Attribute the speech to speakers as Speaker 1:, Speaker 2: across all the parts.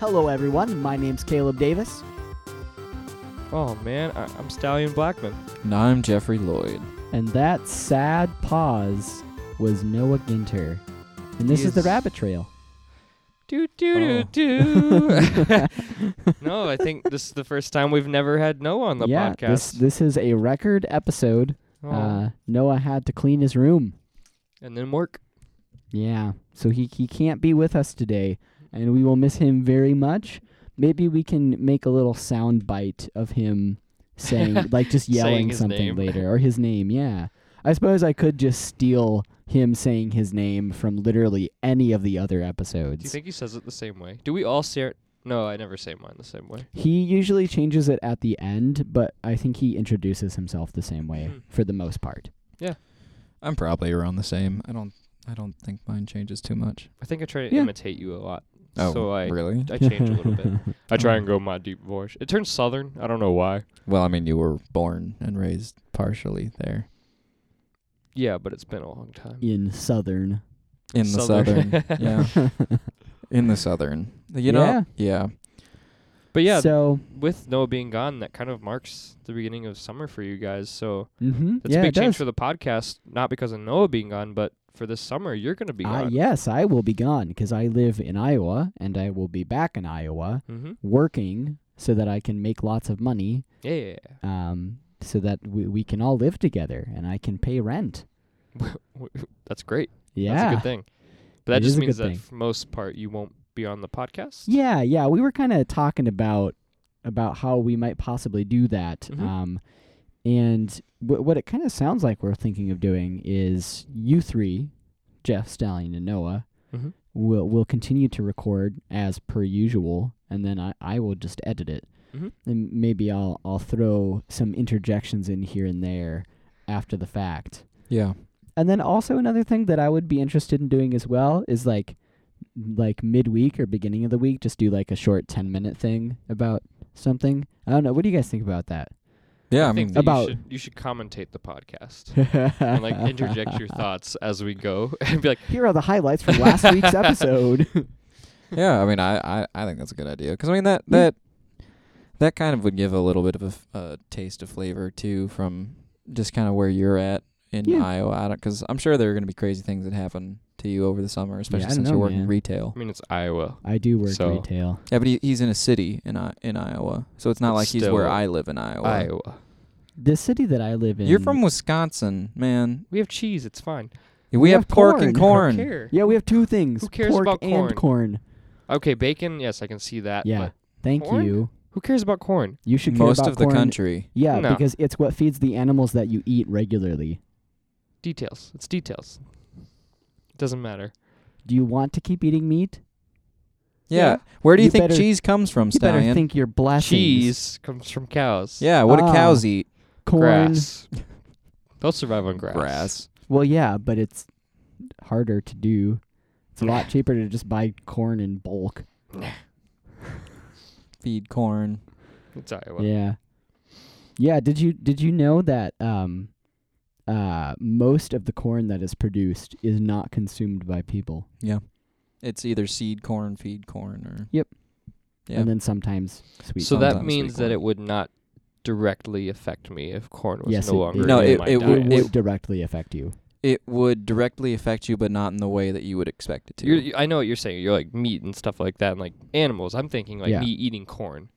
Speaker 1: Hello, everyone. My name's Caleb Davis.
Speaker 2: Oh man, I- I'm Stallion Blackman.
Speaker 3: And I'm Jeffrey Lloyd.
Speaker 1: And that sad pause was Noah Ginter. And this is the
Speaker 2: Yes.
Speaker 1: rabbit trail.
Speaker 2: Do do
Speaker 3: Oh.
Speaker 2: do do. no, I think this is the first time we've never had Noah on the
Speaker 1: yeah,
Speaker 2: podcast.
Speaker 1: This, this is a record episode.
Speaker 2: Oh,
Speaker 1: Uh, Noah had to clean his room.
Speaker 2: and then work.
Speaker 1: Yeah. So he, he can't be with us today, and we will miss him very much. Maybe we can make a little sound bite of him saying, like, just
Speaker 2: Saying
Speaker 1: yelling
Speaker 2: his
Speaker 1: something
Speaker 2: name.
Speaker 1: later or his name. Yeah. I suppose I could just steal him saying his name from literally any of the other
Speaker 2: Do you
Speaker 1: episodes.
Speaker 2: think he says it the same way? Do we all say it? No, I never say mine the same way.
Speaker 1: He usually changes it at the end, but I think he introduces himself the same way
Speaker 2: Hmm.
Speaker 1: for the most part.
Speaker 3: I'm probably around the same. I don't I don't think mine changes too much.
Speaker 2: I think I try to
Speaker 1: Yeah.
Speaker 2: imitate you a lot.
Speaker 3: Oh,
Speaker 2: so I
Speaker 3: really?
Speaker 2: I change a little bit. I try and go my deep voice. It turns southern. I don't know why.
Speaker 3: Well, I mean, you were born and raised partially there
Speaker 2: Yeah, but it's been a long time.
Speaker 1: In Southern.
Speaker 3: in
Speaker 2: Southern.
Speaker 3: the southern. yeah, in the southern. You know,
Speaker 1: Yeah.
Speaker 3: yeah.
Speaker 2: But yeah,
Speaker 1: So,
Speaker 2: with Noah being gone, that kind of marks the beginning of summer for you guys. So
Speaker 1: mm-hmm.
Speaker 2: that's
Speaker 1: yeah,
Speaker 2: a big
Speaker 1: it
Speaker 2: change
Speaker 1: does.
Speaker 2: for the podcast, not because of Noah being gone, but for this summer, you're going to be
Speaker 1: Uh,
Speaker 2: gone.
Speaker 1: yes, I will be gone because I live in Iowa and I will be back in Iowa
Speaker 2: Mm-hmm.
Speaker 1: working so that I can make lots of money
Speaker 2: Yeah.
Speaker 1: um, so that we, we can all live together and I can pay rent.
Speaker 2: That's great.
Speaker 1: Yeah.
Speaker 2: That's a good thing. But that
Speaker 1: It is
Speaker 2: just
Speaker 1: a
Speaker 2: means
Speaker 1: good
Speaker 2: that
Speaker 1: thing.
Speaker 2: for most part, you won't be on the podcast.
Speaker 1: Yeah, yeah, we were kind of talking about about how we might possibly do that.
Speaker 2: Mhm.
Speaker 1: Um, and w- what it kind of sounds like we're thinking of doing is you three, Jeff Stallion and Noah,
Speaker 2: Mhm.
Speaker 1: will will continue to record as per usual, and then I, I will just edit it,
Speaker 2: Mhm.
Speaker 1: and maybe I'll I'll throw some interjections in here and there after the fact.
Speaker 3: Yeah.
Speaker 1: And then also another thing that I would be interested in doing as well is like like midweek or beginning of the week, just do like a short ten minute thing about something. I don't know. What do you guys think about that?
Speaker 3: Yeah, I,
Speaker 2: think
Speaker 3: mean,
Speaker 2: that
Speaker 1: about-
Speaker 2: you should, you should commentate the podcast and like interject your thoughts as we go and be like,
Speaker 1: Here are the highlights from last week's episode.
Speaker 3: yeah, I mean, I, I, I think that's a good idea because I mean that
Speaker 1: Yeah.
Speaker 3: that that kind of would give a little bit of a, f- a taste of flavor too from just kind of where you're at in
Speaker 1: Yeah.
Speaker 3: Iowa. I don't because I'm sure there are going to be crazy things that happen to you over the summer, especially
Speaker 1: I
Speaker 3: since
Speaker 1: know,
Speaker 3: you're working
Speaker 1: man.
Speaker 3: retail.
Speaker 2: I mean, it's Iowa.
Speaker 1: I do work
Speaker 2: So-
Speaker 1: retail.
Speaker 3: Yeah, but he, he's in a city in I, in Iowa, so it's not
Speaker 2: But
Speaker 3: like he's where
Speaker 2: still,
Speaker 3: I live in Iowa.
Speaker 2: Iowa.
Speaker 1: The city that I live in.
Speaker 3: You're from Wisconsin, man.
Speaker 2: We have cheese. It's fine.
Speaker 3: We,
Speaker 1: We
Speaker 3: have,
Speaker 1: have
Speaker 3: pork and
Speaker 2: I
Speaker 3: corn.
Speaker 2: don't care.
Speaker 1: Yeah, we have two things.
Speaker 2: Who cares
Speaker 1: pork
Speaker 2: about
Speaker 1: and corn?
Speaker 2: Okay, bacon. Yes, I can see that.
Speaker 1: Yeah.
Speaker 2: But
Speaker 1: Thank
Speaker 2: Corn?
Speaker 1: you.
Speaker 2: who cares about corn?
Speaker 1: You should care
Speaker 3: Most
Speaker 1: about
Speaker 3: of the
Speaker 1: corn.
Speaker 3: country.
Speaker 1: Yeah,
Speaker 2: No.
Speaker 1: because it's what feeds the animals that you eat regularly.
Speaker 2: Details. It's details. Doesn't matter.
Speaker 1: Do you want to keep eating meat?
Speaker 3: Yeah.
Speaker 2: Yeah.
Speaker 3: Where do you,
Speaker 1: You
Speaker 3: think
Speaker 1: better-
Speaker 3: cheese comes from,
Speaker 1: You better
Speaker 3: Stallion?
Speaker 1: think your blessings.
Speaker 2: Cheese comes from cows.
Speaker 3: yeah. What
Speaker 1: Ah.
Speaker 3: do cows eat?
Speaker 1: corn.
Speaker 2: Grass. They'll survive on grass.
Speaker 1: Well, yeah, but it's harder to do. It's a lot cheaper to just buy corn in bulk.
Speaker 3: Feed corn.
Speaker 2: It's Iowa.
Speaker 1: Yeah. Yeah, did you did you know that um uh most of the corn that is produced is not consumed by people
Speaker 3: It's either seed corn, feed corn, or Yeah.
Speaker 1: and then sometimes sweet
Speaker 2: So
Speaker 1: corn.
Speaker 2: that
Speaker 3: Sometimes
Speaker 2: means that
Speaker 3: sweet corn.
Speaker 2: it would not directly affect me if corn was
Speaker 1: Yes,
Speaker 2: no
Speaker 1: it-
Speaker 2: longer
Speaker 1: it- No,
Speaker 2: in
Speaker 3: it-
Speaker 2: my
Speaker 3: it
Speaker 1: it
Speaker 2: diet.
Speaker 1: would
Speaker 3: It-
Speaker 1: directly affect you.
Speaker 3: it would directly affect you, but not in the way that you would expect it to.
Speaker 2: You're, you- I know what you're saying. You're like meat and stuff like that, and like animals. I'm thinking like
Speaker 1: Yeah.
Speaker 2: me eating corn,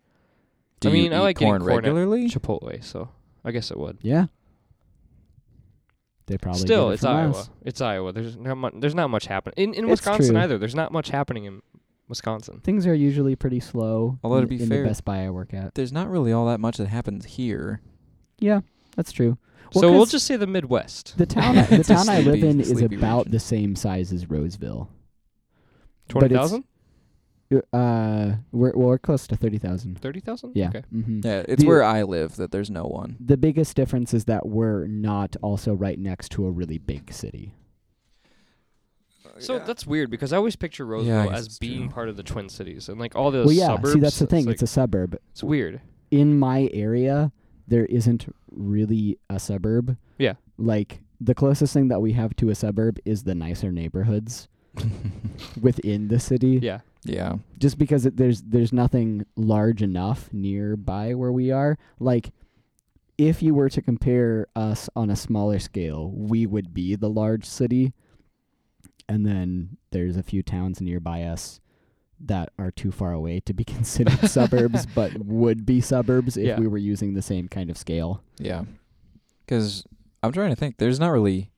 Speaker 3: do
Speaker 2: I mean,
Speaker 3: you
Speaker 2: I
Speaker 3: eat
Speaker 2: like eating
Speaker 3: corn
Speaker 2: corn at
Speaker 3: regularly.
Speaker 2: Chipotle. So I guess it would.
Speaker 1: Yeah. They probably get
Speaker 2: Still,
Speaker 1: it
Speaker 2: it's
Speaker 1: from
Speaker 2: Iowa.
Speaker 1: us.
Speaker 2: It's Iowa. There's not much. There's not much happening in in
Speaker 1: It's
Speaker 2: Wisconsin
Speaker 1: true.
Speaker 2: either. There's not much happening in Wisconsin.
Speaker 1: Things are usually pretty slow.
Speaker 3: Although to
Speaker 1: in-
Speaker 3: be
Speaker 1: in
Speaker 3: fair-
Speaker 1: the Best Buy I work at.
Speaker 3: There's not really all that much that happens here.
Speaker 1: Yeah, that's true. Well,
Speaker 2: so we'll
Speaker 1: 'cause-
Speaker 2: just say the Midwest.
Speaker 1: The town
Speaker 3: It's
Speaker 1: the
Speaker 3: a
Speaker 1: town I live
Speaker 3: sleepy-
Speaker 1: in is
Speaker 3: sleepy
Speaker 1: about
Speaker 3: region.
Speaker 1: the same size as Roseville. but
Speaker 2: Twenty
Speaker 1: it's-
Speaker 2: thousand,
Speaker 1: Uh, we're we're close to thirty thousand.
Speaker 2: thirty thousand.
Speaker 1: Yeah.
Speaker 2: Okay.
Speaker 1: hmm
Speaker 3: Yeah, it's
Speaker 1: The-
Speaker 3: where I live that there's no one.
Speaker 1: The biggest difference is that we're not also right next to a really big city.
Speaker 2: So that's weird because I always picture Roseville
Speaker 3: I guess
Speaker 2: as
Speaker 3: it's
Speaker 2: being
Speaker 3: true.
Speaker 2: part of the Twin Cities and like all the
Speaker 1: well, yeah.
Speaker 2: suburbs.
Speaker 1: See, that's the thing.
Speaker 2: It's, like,
Speaker 1: it's a suburb.
Speaker 2: it's weird.
Speaker 1: In my area, there isn't really a suburb.
Speaker 2: Yeah.
Speaker 1: Like the closest thing that we have to a suburb is the nicer neighborhoods. within the city.
Speaker 2: Yeah.
Speaker 3: yeah.
Speaker 1: Just because it, there's there's nothing large enough nearby where we are. Like, if you were to compare us on a smaller scale, we would be the large city, and then there's a few towns nearby us that are too far away to be considered suburbs, but would be suburbs if
Speaker 2: Yeah.
Speaker 1: we were using the same kind of scale.
Speaker 3: Yeah. Because I'm trying to think. There's not really.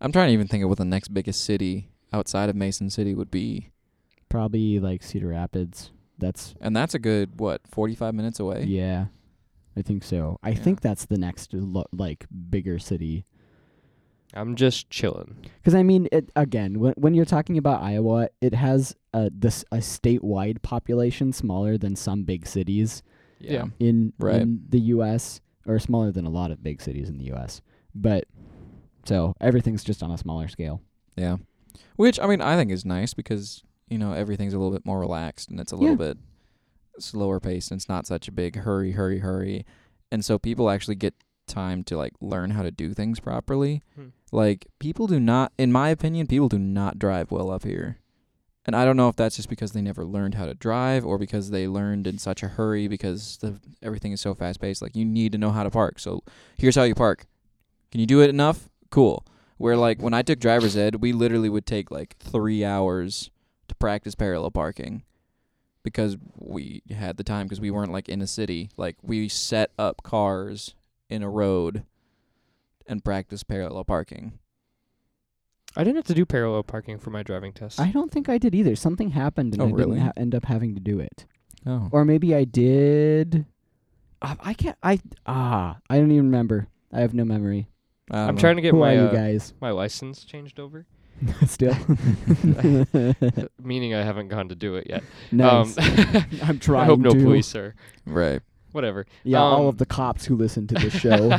Speaker 3: I'm trying to even think of what the next biggest city outside of Mason City would be.
Speaker 1: Probably like Cedar Rapids. That's
Speaker 3: And that's a good, what, 45 minutes away?
Speaker 1: Yeah, I think so. I
Speaker 3: Yeah.
Speaker 1: think that's the next lo- like bigger city.
Speaker 2: I'm just chilling.
Speaker 1: Because I mean, it again when when you're talking about Iowa, it has a this a statewide population smaller than some big cities
Speaker 2: Yeah.
Speaker 1: in
Speaker 3: Right.
Speaker 1: in the U.S. or smaller than a lot of big cities in the U.S. But so everything's just on a smaller scale.
Speaker 3: Yeah. Which, I mean, I think is nice because, you know, everything's a little bit more relaxed and it's a little bit slower paced and it's not such a big hurry, hurry, hurry. And so people actually get time to, like, learn how to do things properly.
Speaker 2: Hmm.
Speaker 3: Like, people do not, in my opinion, people do not drive well up here. And I don't know if that's just because they never learned how to drive or because they learned in such a hurry because the, everything is so fast paced. Like, you need to know how to park. So here's how you park. Can you do it enough? Cool. Where like when I took driver's ed, we literally would take like three hours to practice parallel parking because we had the time because we weren't like in a city. Like we set up cars in a road and practiced parallel parking.
Speaker 2: I didn't have to do parallel parking for my driving test.
Speaker 1: I don't think I did either. Something happened and
Speaker 3: Oh,
Speaker 1: I
Speaker 3: really?
Speaker 1: didn't ha- end up having to do it.
Speaker 3: Oh.
Speaker 1: Or maybe I did. I, I can't. I ah. I don't even remember. I have no memory.
Speaker 3: Um,
Speaker 2: I'm trying to get
Speaker 1: Who
Speaker 2: my
Speaker 1: are you
Speaker 2: uh,
Speaker 1: guys?
Speaker 2: my license changed over,
Speaker 1: Still.
Speaker 2: meaning I haven't gone to do it yet.
Speaker 1: nice.
Speaker 2: Um,
Speaker 1: I'm trying
Speaker 2: I hope no
Speaker 1: to.
Speaker 2: police are.
Speaker 3: Right.
Speaker 2: Whatever.
Speaker 1: Yeah, all
Speaker 2: um,
Speaker 1: of the cops who listen to this show.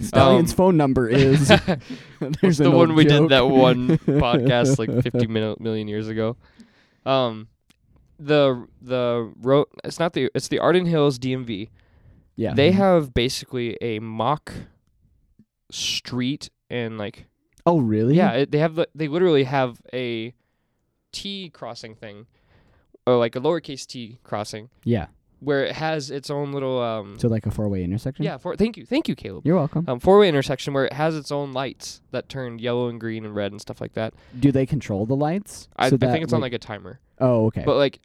Speaker 1: Stallion's
Speaker 2: Stallion's Um,
Speaker 1: phone number is.
Speaker 2: What's the one we did that one podcast like 50 mil- million years ago. Um, the the road. It's not the. It's the Arden Hills DMV.
Speaker 1: Yeah.
Speaker 2: They
Speaker 3: Mhm.
Speaker 2: have basically a mock street and like
Speaker 1: oh really?
Speaker 2: yeah, it, they have the, they literally have a T crossing thing or like a lowercase T crossing
Speaker 1: Yeah.
Speaker 2: where it has its own little um
Speaker 1: So like a four-way intersection.
Speaker 2: yeah for thank you thank you Caleb
Speaker 1: You're welcome.
Speaker 2: um, four way intersection where it has its own lights that turn yellow and green and red and stuff like that.
Speaker 1: Do they control the lights?
Speaker 2: I,
Speaker 1: So
Speaker 2: I
Speaker 1: that,
Speaker 2: think it's on like a timer,
Speaker 1: Oh okay.
Speaker 2: but like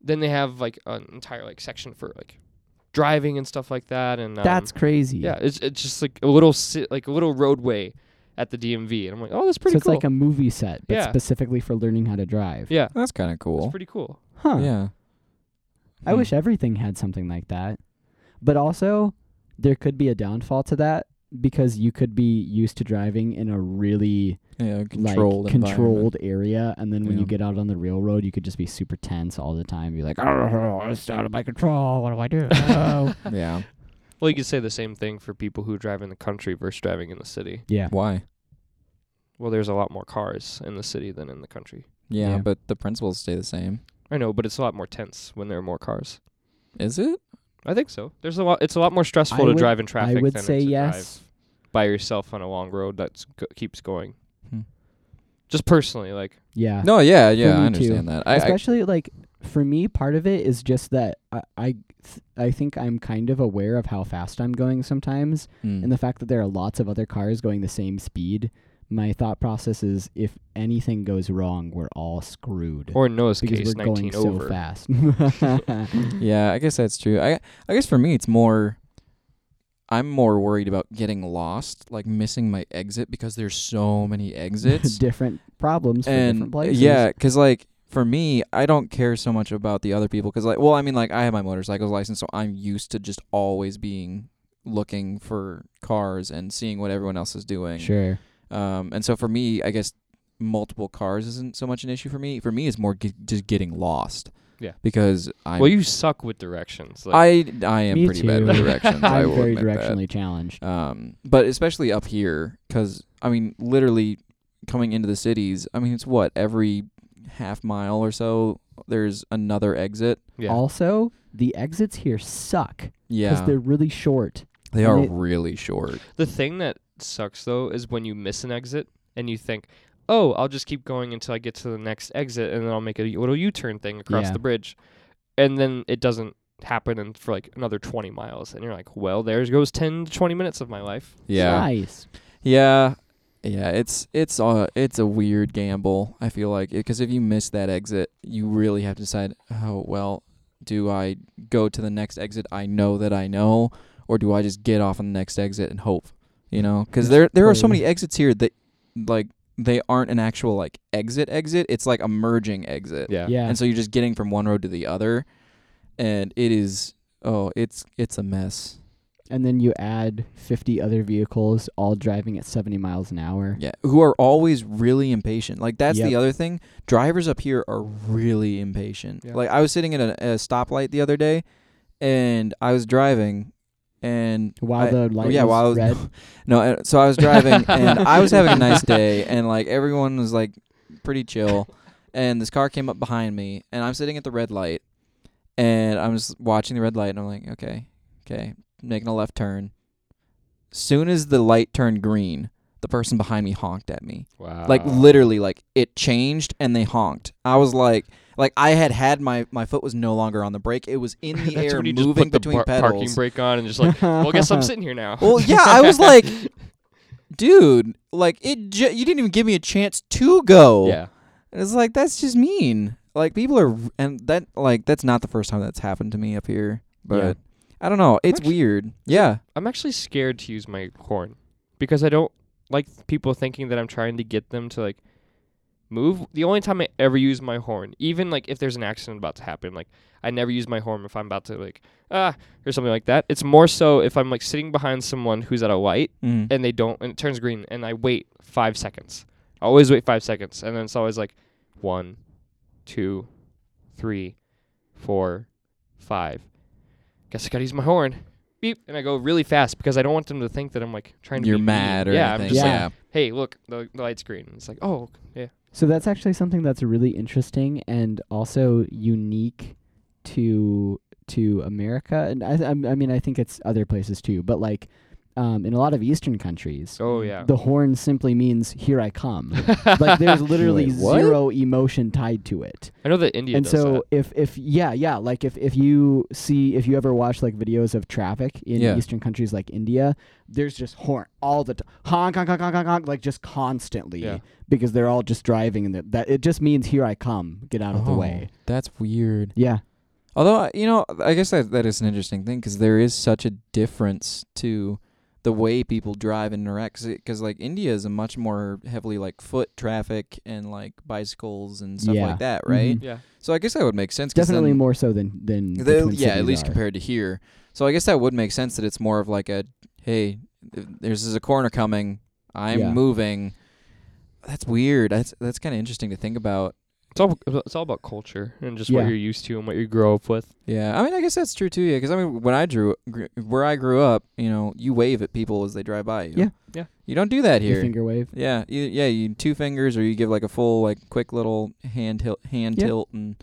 Speaker 2: then they have like an entire like section for like driving and stuff like that. And um,
Speaker 1: That's crazy.
Speaker 2: yeah, it's it's just like a little si- like a little roadway at the DMV, and I'm like, oh, that's pretty
Speaker 1: so it's
Speaker 2: cool.
Speaker 1: like a movie set, but
Speaker 2: Yeah.
Speaker 1: specifically for learning how to drive.
Speaker 2: yeah,
Speaker 3: That's kind of
Speaker 2: it's
Speaker 3: cool.
Speaker 2: pretty cool.
Speaker 1: Huh.
Speaker 3: Yeah.
Speaker 1: I
Speaker 3: Hmm.
Speaker 1: wish everything had something like that. But also, there could be a downfall to that because you could be used to driving in a really
Speaker 3: yeah
Speaker 1: like
Speaker 3: controlled environment.
Speaker 1: controlled area, and then when you
Speaker 3: Yeah.
Speaker 1: get out on the real road, you could just be super tense all the time. Be like, "Oh, it's out of my control. What do I do?" Oh."
Speaker 3: Yeah.
Speaker 2: Well, you could say the same thing for people who drive in the country versus driving in the city.
Speaker 1: yeah,
Speaker 3: Why?
Speaker 2: Well, there's a lot more cars in the city than in the country.
Speaker 3: Yeah,
Speaker 1: Yeah.
Speaker 3: but the principles stay the same.
Speaker 2: I know, but it's a lot more tense when there are more cars.
Speaker 3: Is it?
Speaker 2: I think so. There's a lot. It's a lot more stressful
Speaker 1: I
Speaker 2: to
Speaker 1: would-
Speaker 2: drive in traffic.
Speaker 1: I would
Speaker 2: than
Speaker 1: say
Speaker 2: to
Speaker 1: yes.
Speaker 2: Drive by yourself on a long road that go- keeps going.
Speaker 3: Hmm.
Speaker 2: Just personally, like
Speaker 1: Yeah,
Speaker 3: No, yeah,
Speaker 1: me
Speaker 3: yeah, I
Speaker 1: too.
Speaker 3: understand that. I, I
Speaker 1: especially like for me, part of it is just that I I, th- I think I'm kind of aware of how fast I'm going sometimes,
Speaker 3: mm,
Speaker 1: and the fact that there are lots of other cars going the same speed. My thought process is if anything goes wrong, we're all screwed
Speaker 2: or in Noah's
Speaker 1: because
Speaker 2: case,
Speaker 1: we're
Speaker 2: 19
Speaker 1: going
Speaker 2: over.
Speaker 1: so fast.
Speaker 3: Yeah, I guess that's true. I I guess for me it's more I'm more worried about getting lost, like missing my exit because there's so many exits.
Speaker 1: different problems for
Speaker 3: and
Speaker 1: different places.
Speaker 3: yeah, cuz like for me, I don't care so much about the other people cuz like well, I mean like I have my motorcycle's license, so I'm used to just always being looking for cars and seeing what everyone else is doing.
Speaker 1: sure.
Speaker 3: Um, and so for me, I guess multiple cars isn't so much an issue for me. For me, it's more g- just getting lost.
Speaker 2: Yeah.
Speaker 3: Because I
Speaker 2: Well, you suck with directions. Like,
Speaker 3: I I am
Speaker 1: Me
Speaker 3: pretty bad
Speaker 1: too.
Speaker 3: with directions. I
Speaker 1: I'm
Speaker 3: will
Speaker 1: very
Speaker 3: admit
Speaker 1: directionally challenged.
Speaker 3: That. Um, but especially up here, because I mean, literally coming into the cities. I mean, it's what every half mile or so there's another exit.
Speaker 2: yeah.
Speaker 1: Also, the exits here suck because
Speaker 3: Yeah,
Speaker 1: they're really short.
Speaker 3: they are
Speaker 1: and
Speaker 3: really short.
Speaker 2: The thing that sucks though is when you miss an exit and you think, oh, I'll just keep going until I get to the next exit, and then I'll make a little U-turn thing across
Speaker 1: Yeah.
Speaker 2: the bridge, and then it doesn't happen and for like another 20 miles and you're like well there goes 10 to 20 minutes of my life
Speaker 3: Yeah.
Speaker 1: Nice.
Speaker 3: Yeah. Yeah, it's it's a it's a weird gamble. I feel like because if you miss that exit, you really have to decide. Oh well, do I go to the next exit I know that I know, or do I just get off on the next exit and hope? You know, because there there are so many exits here that like they aren't an actual like exit exit. It's like a merging exit,
Speaker 2: yeah
Speaker 1: Yeah.
Speaker 3: and so you're just getting from one road to the other, and it is oh it's it's a mess.
Speaker 1: and then you add 50 other vehicles all driving at 70 miles an hour.
Speaker 3: Yeah, who are always really impatient. Like that's the
Speaker 1: Yep.
Speaker 3: other thing. Drivers up here are really impatient.
Speaker 2: Yeah.
Speaker 3: Like I was sitting at a, a stoplight the other day, and I was driving, and
Speaker 1: While
Speaker 3: I-
Speaker 1: the light
Speaker 3: yeah,
Speaker 1: was
Speaker 3: while I was
Speaker 1: red.
Speaker 3: no, uh, so I was driving, and I was having a nice day, and like everyone was like pretty chill, and this car came up behind me, and I'm sitting at the red light, and I'm just watching the red light, and I'm like, okay, okay, making a left turn. Soon as the light turned green, the person behind me honked at me
Speaker 2: wow
Speaker 3: like literally like it changed and they honked i was like like i had had my my foot was no longer on the brake it was in the
Speaker 2: That's
Speaker 3: air
Speaker 2: when you just
Speaker 3: moving
Speaker 2: put the
Speaker 3: between
Speaker 2: bar- parking
Speaker 3: pedals
Speaker 2: brake on and just like well I guess I'm sitting here now
Speaker 3: well yeah i was like dude like it ju- you didn't even give me a chance to go
Speaker 2: yeah
Speaker 3: and it's like that's just mean like people are and that like that's not the first time that's happened to me up here but
Speaker 1: Yeah.
Speaker 3: i don't know it's
Speaker 2: Actu-
Speaker 3: weird yeah
Speaker 2: I'm actually scared to use my horn because I don't like people thinking that I'm trying to get them to like move. The only time I ever use my horn, even like if there's an accident about to happen, like I never use my horn if I'm about to like ah or something like that. It's more so if I'm like sitting behind someone who's at a light
Speaker 3: Mm.
Speaker 2: and they don't and it turns green and I wait 5 seconds. I always wait 5 seconds and then it's always like one, two, three, four, five. Guess I got to use my horn. Beep and I go really fast because I don't want them to think that I'm like trying to
Speaker 3: you're
Speaker 2: be mean.
Speaker 3: mad or
Speaker 2: yeah, I'm
Speaker 3: anything
Speaker 2: just like,
Speaker 1: Yeah.
Speaker 3: yeah
Speaker 2: "Hey, look, the, the light's green." It's like, "Oh, yeah."
Speaker 1: So that's actually something that's really interesting and also unique to to America, and I, I'm- I mean I think it's other places too, but like um, in a lot of Eastern countries,
Speaker 2: Oh, yeah.
Speaker 1: the horn simply means "here I come." like there's literally
Speaker 3: Wait, what?
Speaker 1: zero emotion tied to it.
Speaker 2: I know that India
Speaker 1: and
Speaker 2: does
Speaker 1: so if if yeah yeah like if if you see if you ever watch like videos of traffic in
Speaker 3: Yeah.
Speaker 1: eastern countries like India, there's just horn all the time, honk honk honk honk honk, honk like just constantly
Speaker 2: Yeah.
Speaker 1: because they're all just driving and that that it just means here I come, get out of the way.
Speaker 3: Oh, that's weird
Speaker 1: Yeah,
Speaker 3: Although I- you know, I guess that that is an interesting thing because there is such a difference to the way people drive and interact. Because like India is a much more heavily like foot traffic and like bicycles and stuff
Speaker 1: Yeah.
Speaker 3: like that, right?
Speaker 1: Mhm.
Speaker 2: that. Yeah.
Speaker 3: So I guess that would make sense. 'cause
Speaker 1: definitely
Speaker 3: then
Speaker 1: more so than than the
Speaker 3: the-
Speaker 1: Twin
Speaker 3: yeah, at
Speaker 1: Cities
Speaker 3: least
Speaker 1: are.
Speaker 3: compared to here. So I guess that would make sense that it's more of like a hey, th- there's is a corner coming. I'm
Speaker 1: Yeah.
Speaker 3: moving. That's weird. That's that's kind of interesting to think about.
Speaker 2: It's all uh, it's all about culture and just what
Speaker 1: Yeah.
Speaker 2: you're used to and what you grow up with.
Speaker 3: Yeah, I mean, I guess that's true too. Yeah, because I mean, when I drew gr- where I grew up, you know, you wave at people as they drive by you.
Speaker 1: Yeah.
Speaker 2: Yeah.
Speaker 3: You don't do that
Speaker 1: Your
Speaker 3: here.
Speaker 1: finger wave.
Speaker 3: Yeah, you, yeah, you two fingers, or you give like a full, like quick little hand tilt, hand
Speaker 1: Yeah.
Speaker 3: tilt, and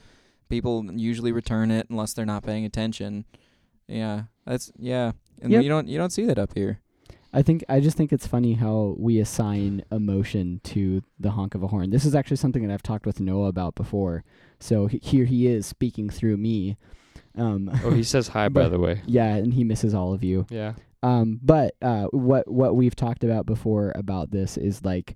Speaker 3: people usually return it unless they're not paying attention. Yeah, that's yeah, and
Speaker 1: Yep.
Speaker 3: you don't you don't see that up here.
Speaker 1: I think I just think it's funny how we assign emotion to the honk of a horn. This is actually something that I've talked with Noah about before. So he, here he is speaking through me. Um,
Speaker 2: Oh, he says hi by
Speaker 1: But-
Speaker 2: the way.
Speaker 1: yeah, and he misses all of you.
Speaker 2: Yeah.
Speaker 1: Um, but uh, what what we've talked about before about this is like,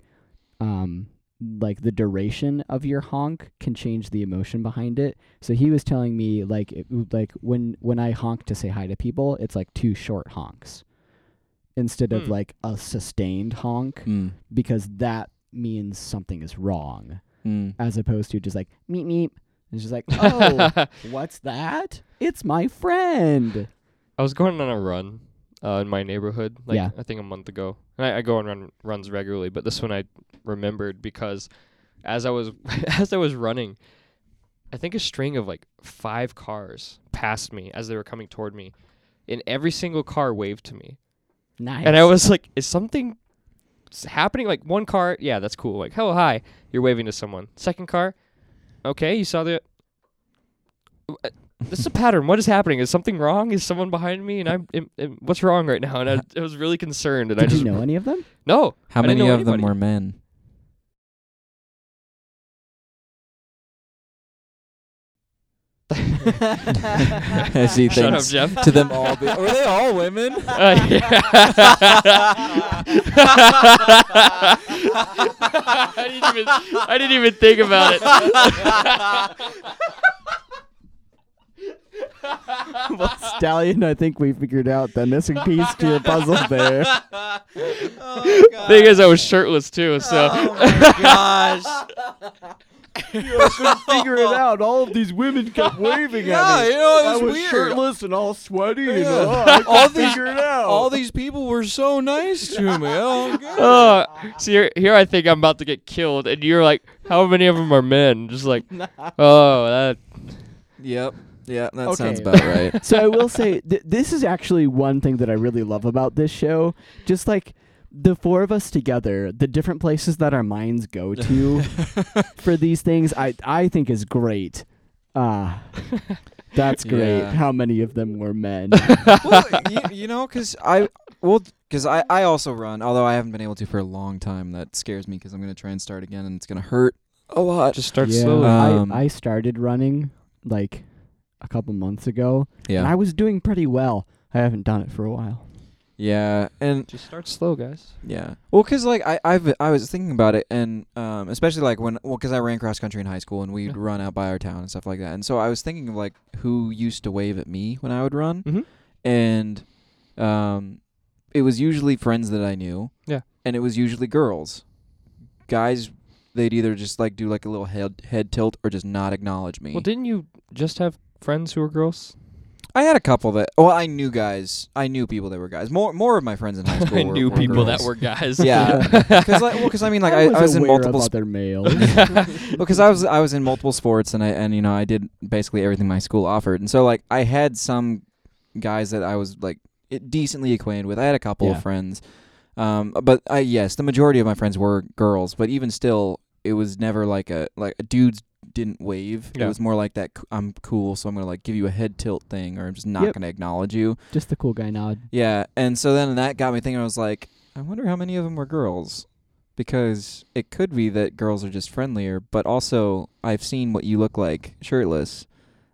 Speaker 1: um, like the duration of your honk can change the emotion behind it. So he was telling me like it- like when when I honk to say hi to people, it's like two short honks instead of
Speaker 2: Hmm.
Speaker 1: like a sustained honk
Speaker 3: Mm.
Speaker 1: because that means something is wrong
Speaker 3: Mm.
Speaker 1: as opposed to just like meep meep. It's just like oh, what's that? It's my friend.
Speaker 2: I was going on a run uh, in my neighborhood, like
Speaker 1: Yeah.
Speaker 2: I think a month ago. And I, I go on run, runs regularly, but this one I remembered because as I was as I was running, I think a string of like five cars passed me as they were coming toward me, and every single car waved to me.
Speaker 1: Nice.
Speaker 2: And I was like, is something s- happening? Like one car, yeah, that's cool. Like, hello, hi, you're waving to someone. Second car, okay, you saw the. Uh, This is a pattern. What is happening? Is something wrong? Is someone behind me? And I'm. Am, am- what's wrong right now? And I, I was really concerned. And I
Speaker 1: Did
Speaker 2: just
Speaker 1: you know any of them?
Speaker 2: no.
Speaker 3: How
Speaker 2: I didn't
Speaker 3: many
Speaker 2: know
Speaker 3: of them
Speaker 2: anybody.
Speaker 3: were men? As he
Speaker 2: Shut up,
Speaker 3: thinks
Speaker 2: Jeff.
Speaker 3: to them all, be- were they all women?
Speaker 2: Uh, yeah. I, didn't even, I didn't even think about it.
Speaker 1: well, Stallion, I think we figured out the missing piece to your puzzle there.
Speaker 4: oh, God.
Speaker 2: Thing is, I was shirtless too, so
Speaker 4: Oh, my gosh.
Speaker 1: I couldn't figure it out. All of these women kept waving
Speaker 3: Yeah,
Speaker 1: at
Speaker 3: you
Speaker 1: me.
Speaker 3: know
Speaker 1: I
Speaker 3: it was,
Speaker 1: was
Speaker 3: weird.
Speaker 1: shirtless and all sweaty. And,
Speaker 3: Yeah.
Speaker 1: oh, I
Speaker 3: All
Speaker 1: couldn't
Speaker 3: these-
Speaker 1: figure it out.
Speaker 3: All these people were so nice to me. Oh god.
Speaker 2: Uh, so here, here I think I'm about to get killed, and you're like, how many of them are men? Just like, oh, that.
Speaker 3: Yep. Yeah, that
Speaker 1: Okay.
Speaker 3: sounds about right.
Speaker 1: so I will say th- this is actually one thing that I really love about this show. Just like the four of us together, the different places that our minds go to for these things, I I think is great. Ah, that's great.
Speaker 3: Yeah.
Speaker 1: How many of them were men?
Speaker 3: well, you, you know, because I well, because I I also run, although I haven't been able to for a long time. That scares me because I'm gonna try and start again, and it's gonna hurt a lot.
Speaker 2: Just start
Speaker 1: Yeah.
Speaker 2: slowly.
Speaker 3: Um,
Speaker 1: I I started running like a couple months ago, and I
Speaker 3: Yeah.
Speaker 1: was doing pretty well. I haven't done it for a while.
Speaker 3: Yeah, and
Speaker 2: Just start slow, guys.
Speaker 3: Yeah. Well, cause like I I've, I was thinking about it, and um, especially like when well, cause I ran cross country in high school, and we'd
Speaker 2: Yeah.
Speaker 3: run out by our town and stuff like that, and so I was thinking of like who used to wave at me when I would run,
Speaker 2: Mhm.
Speaker 3: and um, it was usually friends that I knew.
Speaker 2: Yeah.
Speaker 3: And it was usually girls. Guys, they'd either just like do like a little head head tilt or just not acknowledge me.
Speaker 2: Well, didn't you just have friends who were girls?
Speaker 3: I had a couple that well, I knew guys, I knew people that were guys. More more of my friends in high school. were- were girls.
Speaker 2: guys.
Speaker 3: Yeah. Cause like, well, 'cause I mean, like I, I was in
Speaker 1: aware
Speaker 3: multiple
Speaker 1: of other males.
Speaker 3: because I was I was in multiple sports and I and you know I did basically everything my school offered and so like I had some guys that I was like it- decently acquainted with. I had a couple
Speaker 1: Yeah.
Speaker 3: of friends, um, but I yes the majority of my friends were girls. But even still, it was never like a like dudes didn't wave.
Speaker 2: Yeah.
Speaker 3: It was more like that c- I'm cool, so I'm gonna like give you a head tilt thing, or I'm just not
Speaker 1: Yep.
Speaker 3: gonna acknowledge you.
Speaker 1: Just the cool guy nod.
Speaker 3: Yeah, and so then that got me thinking. I was like, I wonder how many of them were girls, because it could be that girls are just friendlier. But also, I've seen what you look like shirtless,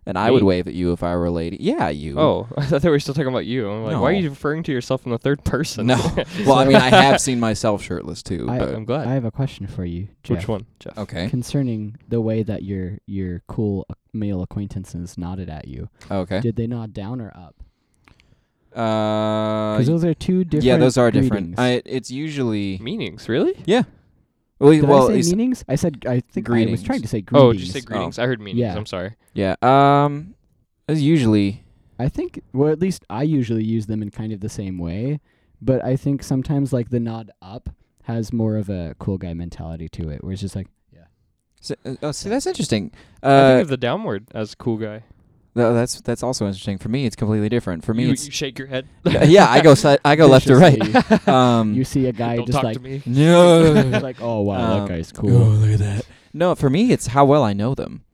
Speaker 3: and I would
Speaker 2: Me?
Speaker 3: wave at you if I were a lady. Yeah, you.
Speaker 2: Oh, I thought we were still talking about you. I'm like, why are
Speaker 3: No.
Speaker 2: you referring to yourself in the third person?
Speaker 3: No. well, I mean, I have seen myself shirtless too.
Speaker 1: I-
Speaker 3: but
Speaker 2: I'm glad.
Speaker 1: I have a question for you, Jeff.
Speaker 2: Which one, Jeff?
Speaker 3: Uh, okay,
Speaker 1: concerning the way that your your cool ac- male acquaintances nodded at you.
Speaker 3: okay.
Speaker 1: Did they nod down or up?
Speaker 3: Uh,
Speaker 1: Because those are two different.
Speaker 3: yeah, those are
Speaker 1: greetings.
Speaker 3: different. I it's usually
Speaker 2: Meanings, really?
Speaker 3: well,
Speaker 1: Did
Speaker 3: well
Speaker 1: I
Speaker 3: at
Speaker 1: say
Speaker 3: least-
Speaker 1: meanings? I said I think I was
Speaker 3: Greetings.
Speaker 1: trying to say greetings.
Speaker 2: Oh, did you say greetings? I heard meanings.
Speaker 1: Yeah.
Speaker 2: I'm sorry.
Speaker 3: yeah. Um, it's usually
Speaker 1: I think well, at least I usually use them in kind of the same way, but I think sometimes like the nod up has more of a cool guy mentality to it, where it's just like
Speaker 3: so- uh, oh, see that's interesting.
Speaker 2: I
Speaker 3: Uh,
Speaker 2: think of the downward as cool guy.
Speaker 3: No, that's that's also interesting. For me, it's completely different. For me,
Speaker 2: you,
Speaker 3: it's
Speaker 2: you shake your head.
Speaker 3: yeah. I go si- I go left to right.
Speaker 1: viciously,
Speaker 3: Um,
Speaker 1: You see a guy
Speaker 2: Don't
Speaker 1: just
Speaker 2: talk
Speaker 1: like
Speaker 2: to me.
Speaker 3: no,
Speaker 1: like oh wow,
Speaker 3: Um,
Speaker 1: that guy's cool.
Speaker 3: look at that. No, for me, it's how well I know them.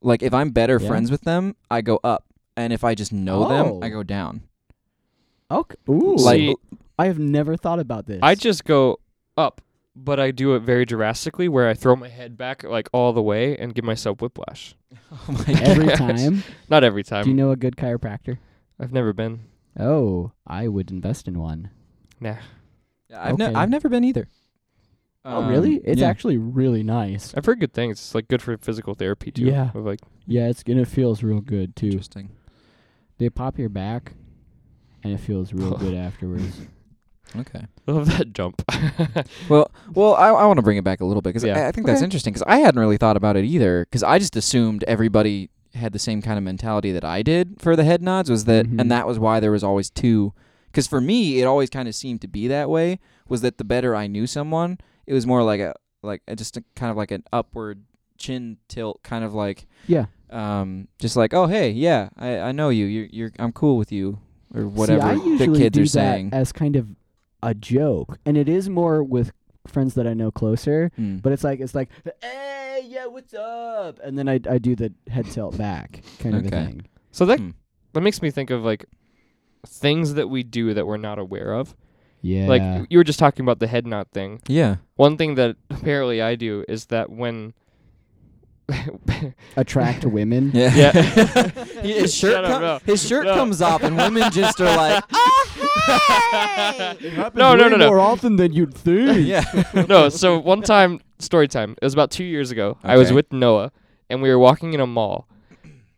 Speaker 3: Like if I'm better
Speaker 1: Yeah.
Speaker 3: friends with them, I go up, and if I just know them,
Speaker 1: Oh.
Speaker 3: I go down.
Speaker 1: Okay. Ooh,
Speaker 3: Like
Speaker 2: See,
Speaker 1: I have never thought about this.
Speaker 2: I just go up, but I do it very drastically, where I throw my head back like all the way and give myself whiplash.
Speaker 3: oh my
Speaker 1: every
Speaker 2: Yes.
Speaker 1: time.
Speaker 2: Not every time.
Speaker 1: Do you know a good chiropractor?
Speaker 2: I've never been.
Speaker 1: Oh, I would invest in one.
Speaker 2: Nah.
Speaker 3: I've ne-
Speaker 1: Okay.
Speaker 3: I've never been either.
Speaker 1: Oh,
Speaker 3: Um,
Speaker 1: really? It's
Speaker 3: yeah.
Speaker 1: actually really nice.
Speaker 2: I've heard good things. It's like good for physical therapy too.
Speaker 1: Yeah.
Speaker 2: Of like
Speaker 1: Yeah, it's and it feels real good too.
Speaker 3: interesting.
Speaker 1: They pop your back, and it feels real good afterwards.
Speaker 3: Okay.
Speaker 2: I love that jump.
Speaker 3: Well, well, I, I want to bring it back a little bit because
Speaker 2: Yeah.
Speaker 3: I, I think that's
Speaker 1: Okay.
Speaker 3: interesting because I hadn't really thought about it either because I just assumed everybody had the same kind of mentality that I did for the head nods was that
Speaker 1: Mhm.
Speaker 3: and that was why there was always two because for me it always kind of seemed to be that way was that the better I knew someone it was more like a like a, just a, kind of like an upward chin tilt kind of like
Speaker 1: Yeah.
Speaker 3: um just like oh hey yeah I, I know you you're, you're I'm cool with you or
Speaker 1: See, I
Speaker 3: whatever the
Speaker 1: usually
Speaker 3: kids
Speaker 1: do
Speaker 3: are
Speaker 1: that
Speaker 3: saying
Speaker 1: as kind of a joke, and it is more with friends that I know closer.
Speaker 3: Mm.
Speaker 1: But it's like it's like, hey, yeah, what's up? And then I I do the head tilt back kind of a
Speaker 3: Okay.
Speaker 1: thing.
Speaker 2: so that
Speaker 3: Hmm.
Speaker 2: that makes me think of like things that we do that we're not aware of.
Speaker 1: Yeah.
Speaker 2: Like y- you were just talking about the head knot thing.
Speaker 3: yeah
Speaker 2: One thing that apparently I do is that when
Speaker 1: attract women.
Speaker 3: Yeah.
Speaker 2: Yeah.
Speaker 3: He- his shirt,
Speaker 2: Shut up,
Speaker 3: com-
Speaker 2: no.
Speaker 3: his shirt
Speaker 2: No. Oh,
Speaker 3: comes off, and women just are like,
Speaker 1: It happens
Speaker 2: No, no,
Speaker 1: way
Speaker 2: no, no.
Speaker 1: More often than you'd think.
Speaker 3: yeah.
Speaker 2: no, so one time, story time. It was about two years ago. I was
Speaker 3: Okay.
Speaker 2: with Noah, and we were walking in a mall,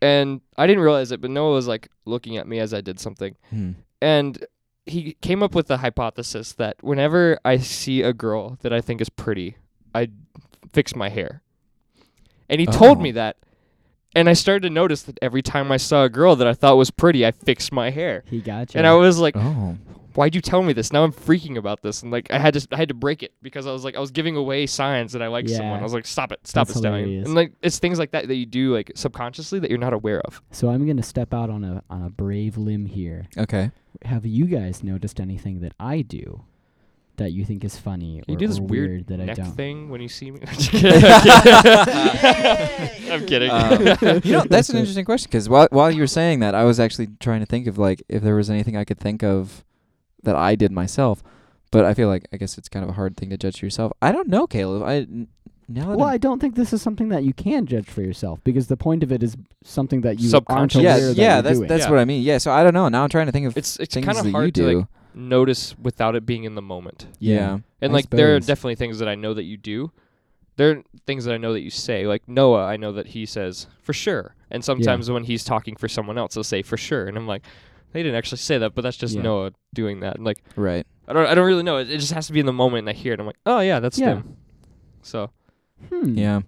Speaker 2: and I didn't realize it, but Noah was like looking at me as I did something,
Speaker 3: Hmm.
Speaker 2: and he came up with the hypothesis that whenever I see a girl that I think is pretty, I fix my hair, and he told
Speaker 3: Oh.
Speaker 2: me that. And I started to notice that every time I saw a girl that I thought was pretty, I fixed my hair.
Speaker 1: He got you.
Speaker 2: And I was like,
Speaker 3: Oh.
Speaker 2: why'd you tell me this? Now I'm freaking about this, and like I had to, I had to break it because I was like, I was giving away signs that I like someone.
Speaker 1: Yeah.
Speaker 2: I was like, stop it, stop
Speaker 1: That's
Speaker 2: it, Stallion.
Speaker 1: hilarious.
Speaker 2: And like it's things like that that you do like subconsciously that you're not aware of.
Speaker 1: so I'm gonna step out on a on a brave limb here.
Speaker 3: Okay.
Speaker 1: Have you guys noticed anything that I do that you think is funny
Speaker 2: You
Speaker 1: or,
Speaker 2: do this
Speaker 1: or
Speaker 2: weird,
Speaker 1: weird, that I
Speaker 2: neck
Speaker 1: don't?
Speaker 2: thing when you see me. I'm kidding. I'm kidding.
Speaker 3: Um, you know, that's an interesting question because while while you were saying that, I was actually trying to think of like if there was anything I could think of that I did myself. But I feel like I guess it's kind of a hard thing to judge yourself. I don't know, Caleb. I n- now that
Speaker 1: Well,
Speaker 3: I'm-
Speaker 1: I don't think this is something that you can judge for yourself because the point of it is something that you aren't
Speaker 2: Subconscious.
Speaker 1: aware
Speaker 3: yeah,
Speaker 1: that
Speaker 3: yeah,
Speaker 1: you're
Speaker 3: that's
Speaker 1: doing.
Speaker 3: that's
Speaker 2: Yeah.
Speaker 3: what I mean. Yeah, so I don't know. Now I'm trying to think of
Speaker 2: It's it's
Speaker 3: things
Speaker 2: kind
Speaker 3: that
Speaker 2: of
Speaker 3: you
Speaker 2: hard to
Speaker 3: do.
Speaker 2: like notice without it being in the moment.
Speaker 3: yeah.
Speaker 2: And
Speaker 1: I
Speaker 2: like there are
Speaker 1: suppose.
Speaker 2: definitely things that I know that you do. There are things that I know that you say. Like Noah, I know that he says for sure. And sometimes when he's talking for someone else, he'll say for sure. And I'm like, they didn't actually say that, but that's just
Speaker 1: Yeah.
Speaker 2: Noah doing that. And like
Speaker 3: right.
Speaker 2: I don't I don't really know. It, it just has to be in the moment and I hear it. I'm like, oh yeah, that's
Speaker 1: Yeah.
Speaker 2: them. So
Speaker 1: Hmm.
Speaker 3: Yeah.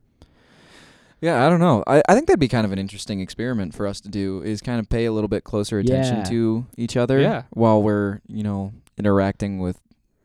Speaker 3: Yeah, I don't know. I, I think that'd be kind of an interesting experiment for us to do is kind of pay a little bit closer attention
Speaker 1: Yeah.
Speaker 3: to each other
Speaker 2: Yeah.
Speaker 3: while we're, you know, interacting with,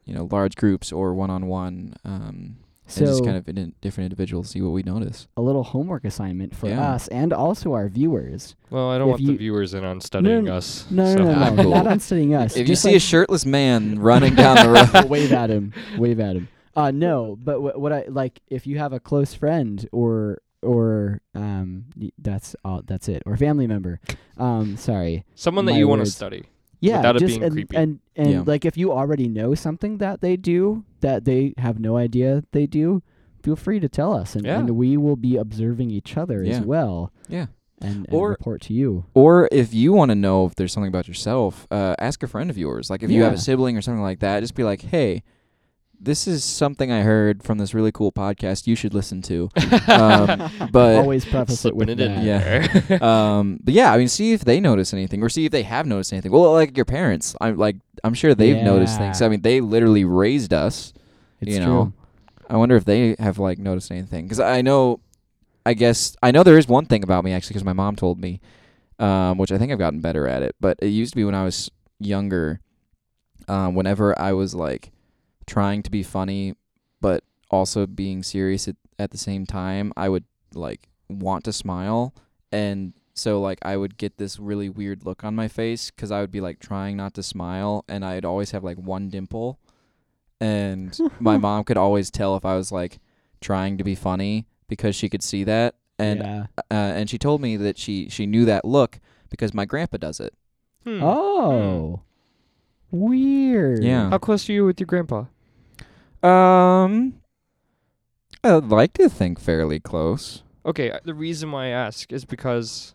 Speaker 3: you know, large groups or one on one. Um
Speaker 1: So
Speaker 3: and just kind of in different individuals see what we notice.
Speaker 1: a little homework assignment for
Speaker 3: Yeah.
Speaker 1: us and also our viewers.
Speaker 2: well, I don't
Speaker 1: If
Speaker 2: want the
Speaker 1: you-
Speaker 2: viewers in on studying
Speaker 1: no,
Speaker 2: us.
Speaker 1: No,
Speaker 2: so.
Speaker 1: no, no,
Speaker 3: I'm
Speaker 1: no.
Speaker 3: cool.
Speaker 1: Not on studying us.
Speaker 3: if you
Speaker 1: just
Speaker 3: see a
Speaker 1: like-
Speaker 3: shirtless man running down the road,
Speaker 1: Well, wave at him. Wave at him. Uh, no, but wh- what I like, if you have a close friend or or um, y- that's all. That's it. Or family member. Um, sorry.
Speaker 2: Someone that
Speaker 1: My
Speaker 2: you want to
Speaker 1: words.
Speaker 2: study.
Speaker 1: Yeah.
Speaker 2: Without it
Speaker 1: just
Speaker 2: being
Speaker 1: and,
Speaker 2: creepy.
Speaker 1: and and
Speaker 3: Yeah.
Speaker 1: like if you already know something that they do that they have no idea they do, feel free to tell us, and,
Speaker 2: Yeah.
Speaker 1: and we will be observing each other as
Speaker 3: Yeah.
Speaker 1: well.
Speaker 3: Yeah.
Speaker 1: And, and
Speaker 3: Or-
Speaker 1: report to you.
Speaker 3: or if you want to know if there's something about yourself, uh, ask a friend of yours. Like if you have a
Speaker 1: Yeah.
Speaker 3: sibling or something like that, just be like, "Hey, this is something I heard from this really cool podcast. You should listen to." um, but
Speaker 1: Always preface it
Speaker 2: Slipping
Speaker 1: with
Speaker 2: it
Speaker 1: that.
Speaker 2: in
Speaker 3: Yeah.
Speaker 2: there.
Speaker 3: um, but yeah, I mean, see if they notice anything, or see if they have noticed anything. Well, like your parents, I'm like, I'm sure they've noticed
Speaker 1: Yeah.
Speaker 3: things. I mean, they literally raised us.
Speaker 1: It's
Speaker 3: you
Speaker 1: true.
Speaker 3: know, I wonder if they have like noticed anything because I know, I guess I know there is one thing about me actually because my mom told me, um, which I think I've gotten better at it. But it used to be when I was younger, um, whenever I was like trying to be funny but also being serious at, at the same time, I would like want to smile and so like I would get this really weird look on my face because I would be like trying not to smile and I'd always have like one dimple and my mom could always tell if I was like trying to be funny because she could see that and
Speaker 1: yeah.
Speaker 3: uh, and she told me that she she knew that look because my grandpa does it.
Speaker 2: Hmm.
Speaker 1: Oh. Weird.
Speaker 3: Yeah.
Speaker 2: How close are you with your grandpa?
Speaker 3: Um I'd like to think fairly close.
Speaker 2: Okay, uh, the reason why I ask is because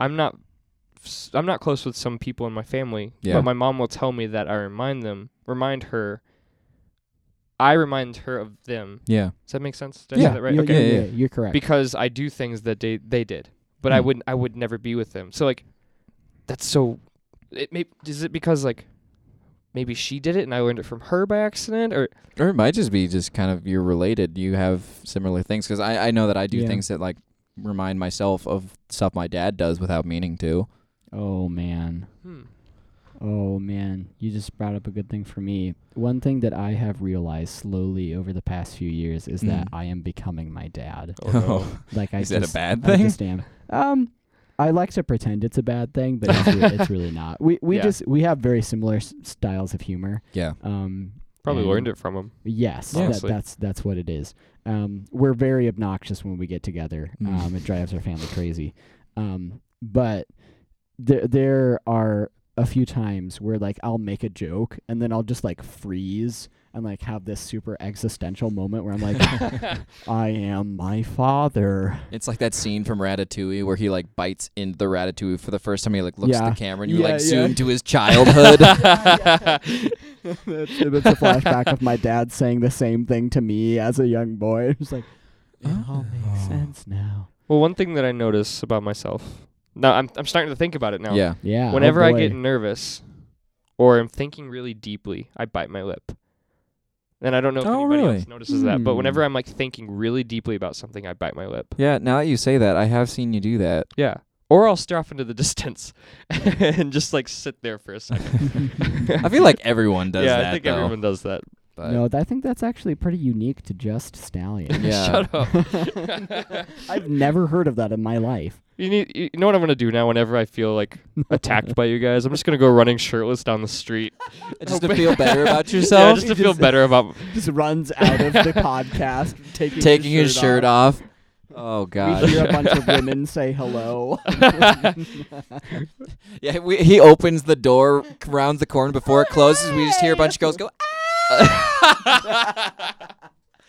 Speaker 2: I'm not s- I'm not close with some people in my family,
Speaker 3: Yeah.
Speaker 2: but my mom will tell me that I remind them, remind her I remind her of them.
Speaker 3: Yeah.
Speaker 2: Does that make sense? Did I say
Speaker 3: Yeah,
Speaker 2: that right?
Speaker 1: You're,
Speaker 2: okay.
Speaker 1: you're-
Speaker 3: Yeah, yeah.
Speaker 1: you're- you're correct.
Speaker 2: Because I do things that they they did, but I
Speaker 3: Hmm.
Speaker 2: wouldn't I would never be with them. So like that's so it may is it because like maybe she did it and I learned it from her by accident or
Speaker 3: Or it might just be just kind of you're related. You have similar things because I, I know that I do
Speaker 1: Yeah.
Speaker 3: things that like remind myself of stuff my dad does without meaning to.
Speaker 1: oh man.
Speaker 2: hmm.
Speaker 1: Oh man, you just brought up a good thing for me. One thing that I have realized slowly over the past few years is that
Speaker 3: Mhm.
Speaker 1: I am becoming my dad.
Speaker 2: Oh, no.
Speaker 1: Like I
Speaker 3: is
Speaker 1: just,
Speaker 3: that a bad
Speaker 1: I
Speaker 3: thing?
Speaker 1: just am. Um, I like to pretend it's a bad thing, but it's, re- it's really not. We we
Speaker 2: Yeah.
Speaker 1: just we have very similar s- styles of humor.
Speaker 3: yeah.
Speaker 1: Um,
Speaker 2: probably
Speaker 1: and-
Speaker 2: learned it from him.
Speaker 1: Yes,
Speaker 2: Yeah.
Speaker 1: that,
Speaker 2: Honestly.
Speaker 1: that's that's what it is. Um, we're very obnoxious when we get together.
Speaker 3: Mm.
Speaker 1: Um, it drives our family crazy. Um, but there there are a few times where like I'll make a joke and then I'll just like freeze and like have this super existential moment where I'm like, I am my father.
Speaker 3: It's like that scene from Ratatouille where he like bites into the ratatouille for the first time. He like looks at
Speaker 1: Yeah.
Speaker 3: the camera and you
Speaker 1: Yeah,
Speaker 3: like
Speaker 1: yeah.
Speaker 3: zoom to his childhood.
Speaker 1: that's, that's a flashback of my dad saying the same thing to me as a young boy. It's like Oh. it
Speaker 3: Oh.
Speaker 1: all makes sense now.
Speaker 2: well, one thing that I notice about myself. Now I'm I'm starting to think about it now.
Speaker 3: Yeah,
Speaker 1: Yeah. oh
Speaker 2: Whenever I get
Speaker 1: boy.
Speaker 2: nervous or I'm thinking really deeply, I bite my lip. And I don't know if
Speaker 3: Oh,
Speaker 2: anybody
Speaker 3: really?
Speaker 2: else notices that, but
Speaker 1: Hmm.
Speaker 2: whenever I'm like thinking really deeply about something, I bite my lip.
Speaker 3: yeah. Now that you say that, I have seen you do that.
Speaker 2: Yeah. Or I'll stare off into the distance and just like sit there for a second.
Speaker 3: I feel like everyone does
Speaker 2: yeah,
Speaker 3: that.
Speaker 2: I think
Speaker 3: though,
Speaker 2: everyone does that.
Speaker 3: but-
Speaker 1: no, th- I think that's actually pretty unique to just Stallion.
Speaker 3: Yeah.
Speaker 2: Shut up.
Speaker 1: I've never heard of that in my life.
Speaker 2: You need. You know what I'm gonna do now? Whenever I feel like attacked by you guys, I'm just gonna go running shirtless down the street.
Speaker 3: just to feel better about
Speaker 2: yeah,
Speaker 3: yourself.
Speaker 2: just to feel better about.
Speaker 1: Just runs out of the podcast, taking,
Speaker 3: taking his shirt off. Oh
Speaker 1: We
Speaker 3: god.
Speaker 1: hear a bunch of women say hello.
Speaker 3: yeah, we, he opens the door, c- rounds the corner before it closes. We just hear a bunch of girls go. "Ah."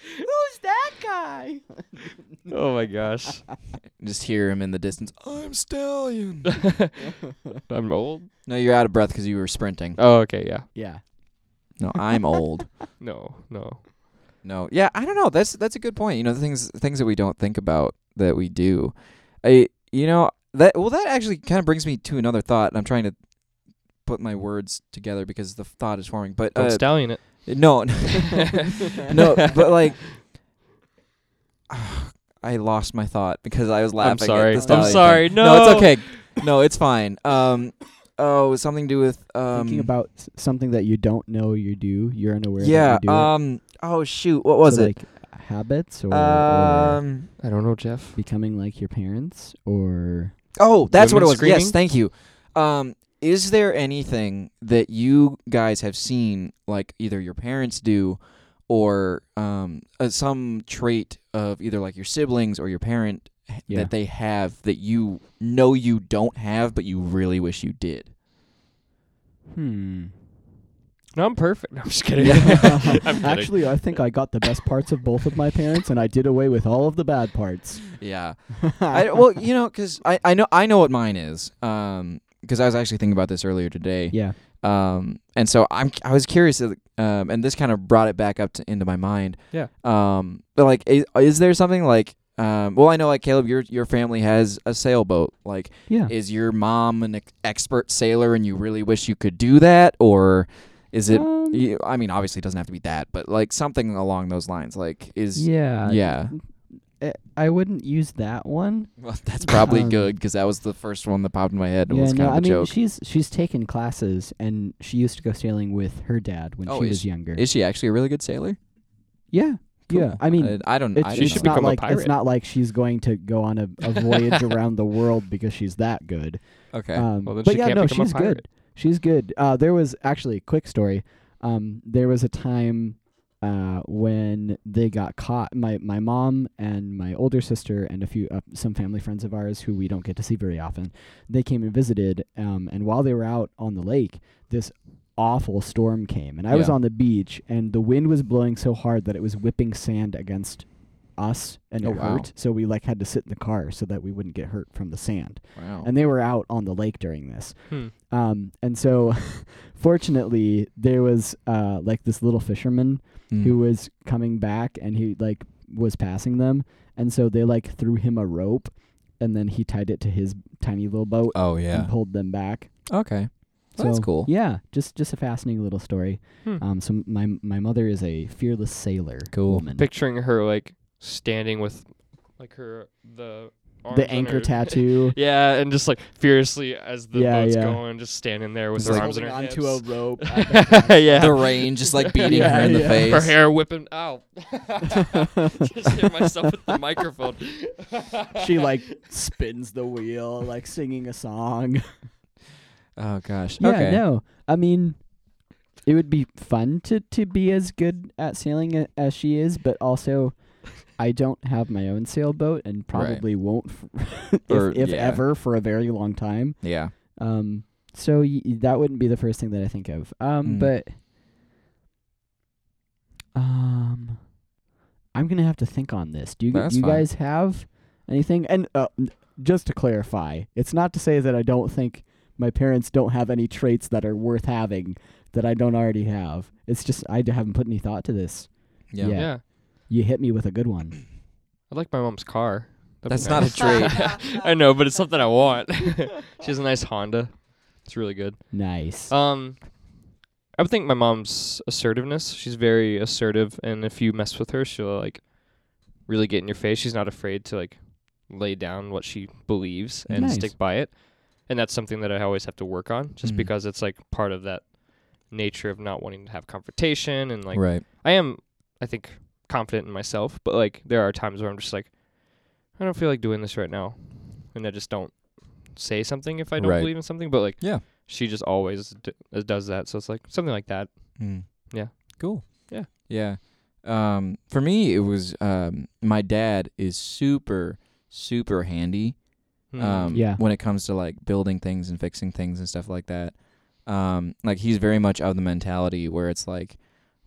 Speaker 1: Who's that guy?
Speaker 2: Oh my gosh,
Speaker 3: Just hear him in the distance. I'm stallion.
Speaker 2: I'm old.
Speaker 3: no, you're out of breath because you were sprinting.
Speaker 2: Oh, okay, yeah.
Speaker 1: Yeah.
Speaker 3: No, I'm old.
Speaker 2: No, no.
Speaker 3: No, yeah, I don't know. That's that's a good point. You know, the things things that we don't think about that we do. I you know that well that actually kind of brings me to another thought. And I'm trying to put my words together because the thought is forming. But
Speaker 2: Don't
Speaker 3: uh,
Speaker 2: stallion it.
Speaker 3: no, no, but like. I lost my thought because I was laughing.
Speaker 2: I'm sorry.
Speaker 3: At
Speaker 2: I'm
Speaker 3: the stallion thing.
Speaker 2: sorry. No.
Speaker 3: no, it's okay. No, it's fine. Um, oh, something to do with um,
Speaker 1: Thinking about s- something that you don't know you do, you're unaware
Speaker 3: yeah.
Speaker 1: that you do. it.
Speaker 3: Um, oh shoot, what was
Speaker 1: So,
Speaker 3: it?
Speaker 1: Like habits or, or
Speaker 3: um.
Speaker 2: I don't know, Jeff.
Speaker 1: becoming like your parents or
Speaker 3: Oh, that's what it
Speaker 2: Women
Speaker 3: was. Yes,
Speaker 2: screaming?
Speaker 3: thank you. Um, is there anything that you guys have seen, like either your parents do, or um, uh, some trait of either like your siblings or your parent h-
Speaker 1: Yeah.
Speaker 3: that they have that you know you don't have, but you really wish you did?
Speaker 1: hmm.
Speaker 2: No, I'm perfect. No, I'm just kidding. I'm kidding.
Speaker 1: Actually, I think I got the best parts of both of my parents, and I did away with all of the bad parts.
Speaker 3: Yeah. I, well, you know, because I, I know I know what mine is. Um, because I was actually thinking about this earlier today.
Speaker 1: yeah.
Speaker 3: Um, and so I'm I was curious, um, and this kind of brought it back up to, into my mind.
Speaker 2: Yeah.
Speaker 3: Um, but like, is, is there something like, um, well, I know like Caleb, your your family has a sailboat. Like,
Speaker 1: Yeah.
Speaker 3: is your mom an ex- expert sailor, and you really wish you could do that, or is it?
Speaker 1: Um,
Speaker 3: you, I mean, obviously, it doesn't have to be that, but like something along those lines. Like, is
Speaker 1: yeah.
Speaker 3: yeah.
Speaker 1: I, I wouldn't use that one.
Speaker 3: Well, that's probably
Speaker 1: Um,
Speaker 3: good because that was the first one that popped in my head. and It
Speaker 1: yeah,
Speaker 3: was kind
Speaker 1: no,
Speaker 3: of a
Speaker 1: I mean
Speaker 3: joke.
Speaker 1: she's she's taken classes and she used to go sailing with her dad when
Speaker 3: Oh,
Speaker 1: she
Speaker 3: is
Speaker 1: was
Speaker 3: she-
Speaker 1: younger.
Speaker 3: is she actually a really good sailor?
Speaker 1: yeah, yeah.
Speaker 3: Cool.
Speaker 1: I mean,
Speaker 3: I, I don't.
Speaker 1: it's,
Speaker 3: I
Speaker 2: she
Speaker 3: don't
Speaker 1: it's
Speaker 2: should
Speaker 3: know.
Speaker 1: not
Speaker 2: become a
Speaker 1: like
Speaker 2: pirate.
Speaker 1: it's not like she's going to go on a, a voyage around the world because she's that good.
Speaker 3: okay.
Speaker 1: Um,
Speaker 2: Well, then
Speaker 1: but
Speaker 2: she
Speaker 1: yeah,
Speaker 2: can't
Speaker 1: no,
Speaker 2: become a
Speaker 1: she's
Speaker 2: pirate.
Speaker 1: good. She's good. Uh, there was actually quick story. Um, there was a time uh, when they got caught. My my mom and my older sister and a few uh, some family friends of ours who we don't get to see very often. They came and visited. Um, and while they were out on the lake, this awful storm came, and I was
Speaker 3: Yeah.
Speaker 1: on the beach, and the wind was blowing so hard that it was whipping sand against us, and
Speaker 3: Oh,
Speaker 1: it
Speaker 3: wow.
Speaker 1: hurt. So we like had to sit in the car so that we wouldn't get hurt from the sand
Speaker 3: wow.
Speaker 1: and they were out on the lake during this.
Speaker 2: Hmm.
Speaker 1: Um, and so, fortunately, there was uh, like this little fisherman
Speaker 3: Mm.
Speaker 1: who was coming back, and he like was passing them, and so they like threw him a rope, and then he tied it to his tiny little boat
Speaker 3: Oh
Speaker 1: and pulled them back.
Speaker 3: Okay.
Speaker 1: So,
Speaker 3: that's cool.
Speaker 1: Yeah, just just a fascinating little story.
Speaker 2: Hmm.
Speaker 1: Um, so my my mother is a fearless sailor
Speaker 3: Cool.
Speaker 1: woman.
Speaker 2: Picturing her like standing with, like her the. Arms on
Speaker 1: the anchor
Speaker 2: her-
Speaker 1: tattoo.
Speaker 2: Yeah, and just like furiously as the
Speaker 1: Yeah,
Speaker 2: boat's
Speaker 1: yeah.
Speaker 2: going, just standing there with
Speaker 3: Just,
Speaker 2: her
Speaker 3: like,
Speaker 2: arms in her
Speaker 1: holding onto
Speaker 2: hips.
Speaker 1: a rope.
Speaker 2: yeah,
Speaker 3: The rain just like beating her in the
Speaker 1: Yeah, yeah.
Speaker 3: face.
Speaker 2: her hair whipping out. just hit myself with the microphone.
Speaker 1: she like spins the wheel, like singing a song.
Speaker 3: Oh gosh.
Speaker 1: Yeah,
Speaker 3: okay.
Speaker 1: no. I mean, it would be fun to to be as good at sailing a- as she is, but also I don't have my own sailboat and probably won't f- if,
Speaker 3: Or-
Speaker 1: if
Speaker 3: yeah.
Speaker 1: ever for a very long time.
Speaker 3: Yeah.
Speaker 1: Um
Speaker 2: Hmm.
Speaker 1: so y- that wouldn't be the first thing that I think of. Um
Speaker 3: Mm.
Speaker 1: but um, gonna have to think on this. Do you
Speaker 3: That's
Speaker 1: you
Speaker 3: fine.
Speaker 1: guys have anything? And uh, n- just to clarify, it's not to say that I don't think my parents don't have any traits that are worth having that I don't already have. It's just I d- haven't put any thought to this.
Speaker 3: Yeah.
Speaker 1: Yeah. You hit me with a good one.
Speaker 2: I like my mom's car. That'd be
Speaker 3: That's not a
Speaker 2: nice.
Speaker 3: trait.
Speaker 2: I know, but it's something I want. she has a nice Honda. It's really good.
Speaker 1: Nice.
Speaker 2: Um, I would think my mom's assertiveness. She's very assertive, and if you mess with her, she'll like really get in your face. She's not afraid to like lay down what she believes and
Speaker 1: Nice.
Speaker 2: stick by it, and that's something that I always have to work on, just
Speaker 3: Mhm.
Speaker 2: because it's like part of that nature of not wanting to have confrontation and like
Speaker 3: right.
Speaker 2: I am, I think, confident in myself, but like there are times where I'm just like, I don't feel like doing this right now, and I just don't say something if I don't
Speaker 3: Right.
Speaker 2: believe in something. But like,
Speaker 3: Yeah.
Speaker 2: she just always d- uh, does that, so it's like something like that.
Speaker 3: Mm.
Speaker 2: Yeah.
Speaker 3: Cool.
Speaker 2: Yeah.
Speaker 3: Yeah. Um, for me, it was um, my dad is super, super handy.
Speaker 2: Hmm.
Speaker 3: Um,
Speaker 1: Yeah.
Speaker 3: When it comes to like building things and fixing things and stuff like that, um, like he's very much of the mentality where it's like,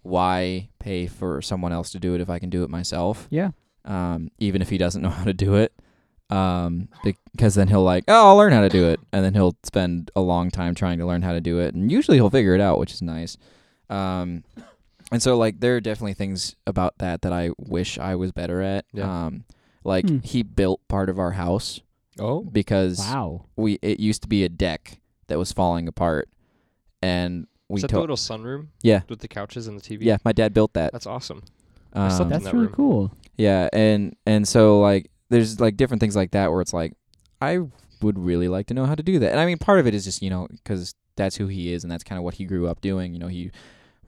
Speaker 3: why pay for someone else to do it if I can do it myself?
Speaker 1: yeah.
Speaker 3: um, even if he doesn't know how to do it. Um, because then he'll like, oh, I'll learn how to do it, and then he'll spend a long time trying to learn how to do it, and usually he'll figure it out, which is nice. Um, and so like there are definitely things about that that I wish I was better at.
Speaker 2: Yeah.
Speaker 3: Um, like
Speaker 1: Hmm.
Speaker 3: he built part of our house
Speaker 2: oh,
Speaker 3: because
Speaker 1: Wow.
Speaker 3: we it used to be a deck that was falling apart, and we
Speaker 2: is that
Speaker 3: to-
Speaker 2: the little sunroom?
Speaker 3: Yeah.
Speaker 2: with the couches and the TV.
Speaker 3: yeah, my dad built that.
Speaker 2: that's awesome.
Speaker 3: Um,
Speaker 2: slept in
Speaker 1: That's
Speaker 2: that
Speaker 1: really
Speaker 2: room.
Speaker 1: cool.
Speaker 3: Yeah, and and so like there's like different things like that where it's like I would really like to know how to do that. And I mean, part of it is just you know because that's who he is and that's kind of what he grew up doing. You know, he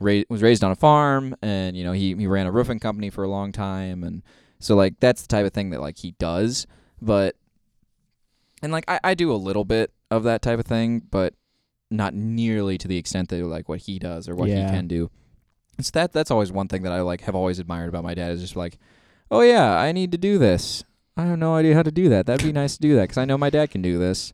Speaker 3: ra- was raised on a farm and you know he he ran a roofing company for a long time and so like that's the type of thing that like he does. But and like I, I do a little bit of that type of thing, but not nearly to the extent that like what he does or what
Speaker 1: Yeah.
Speaker 3: he can do. So that that's always one thing that I like have always admired about my dad is just like, oh yeah, I need to do this. I have no idea how to do that. That'd be nice to do that because I know my dad can do this.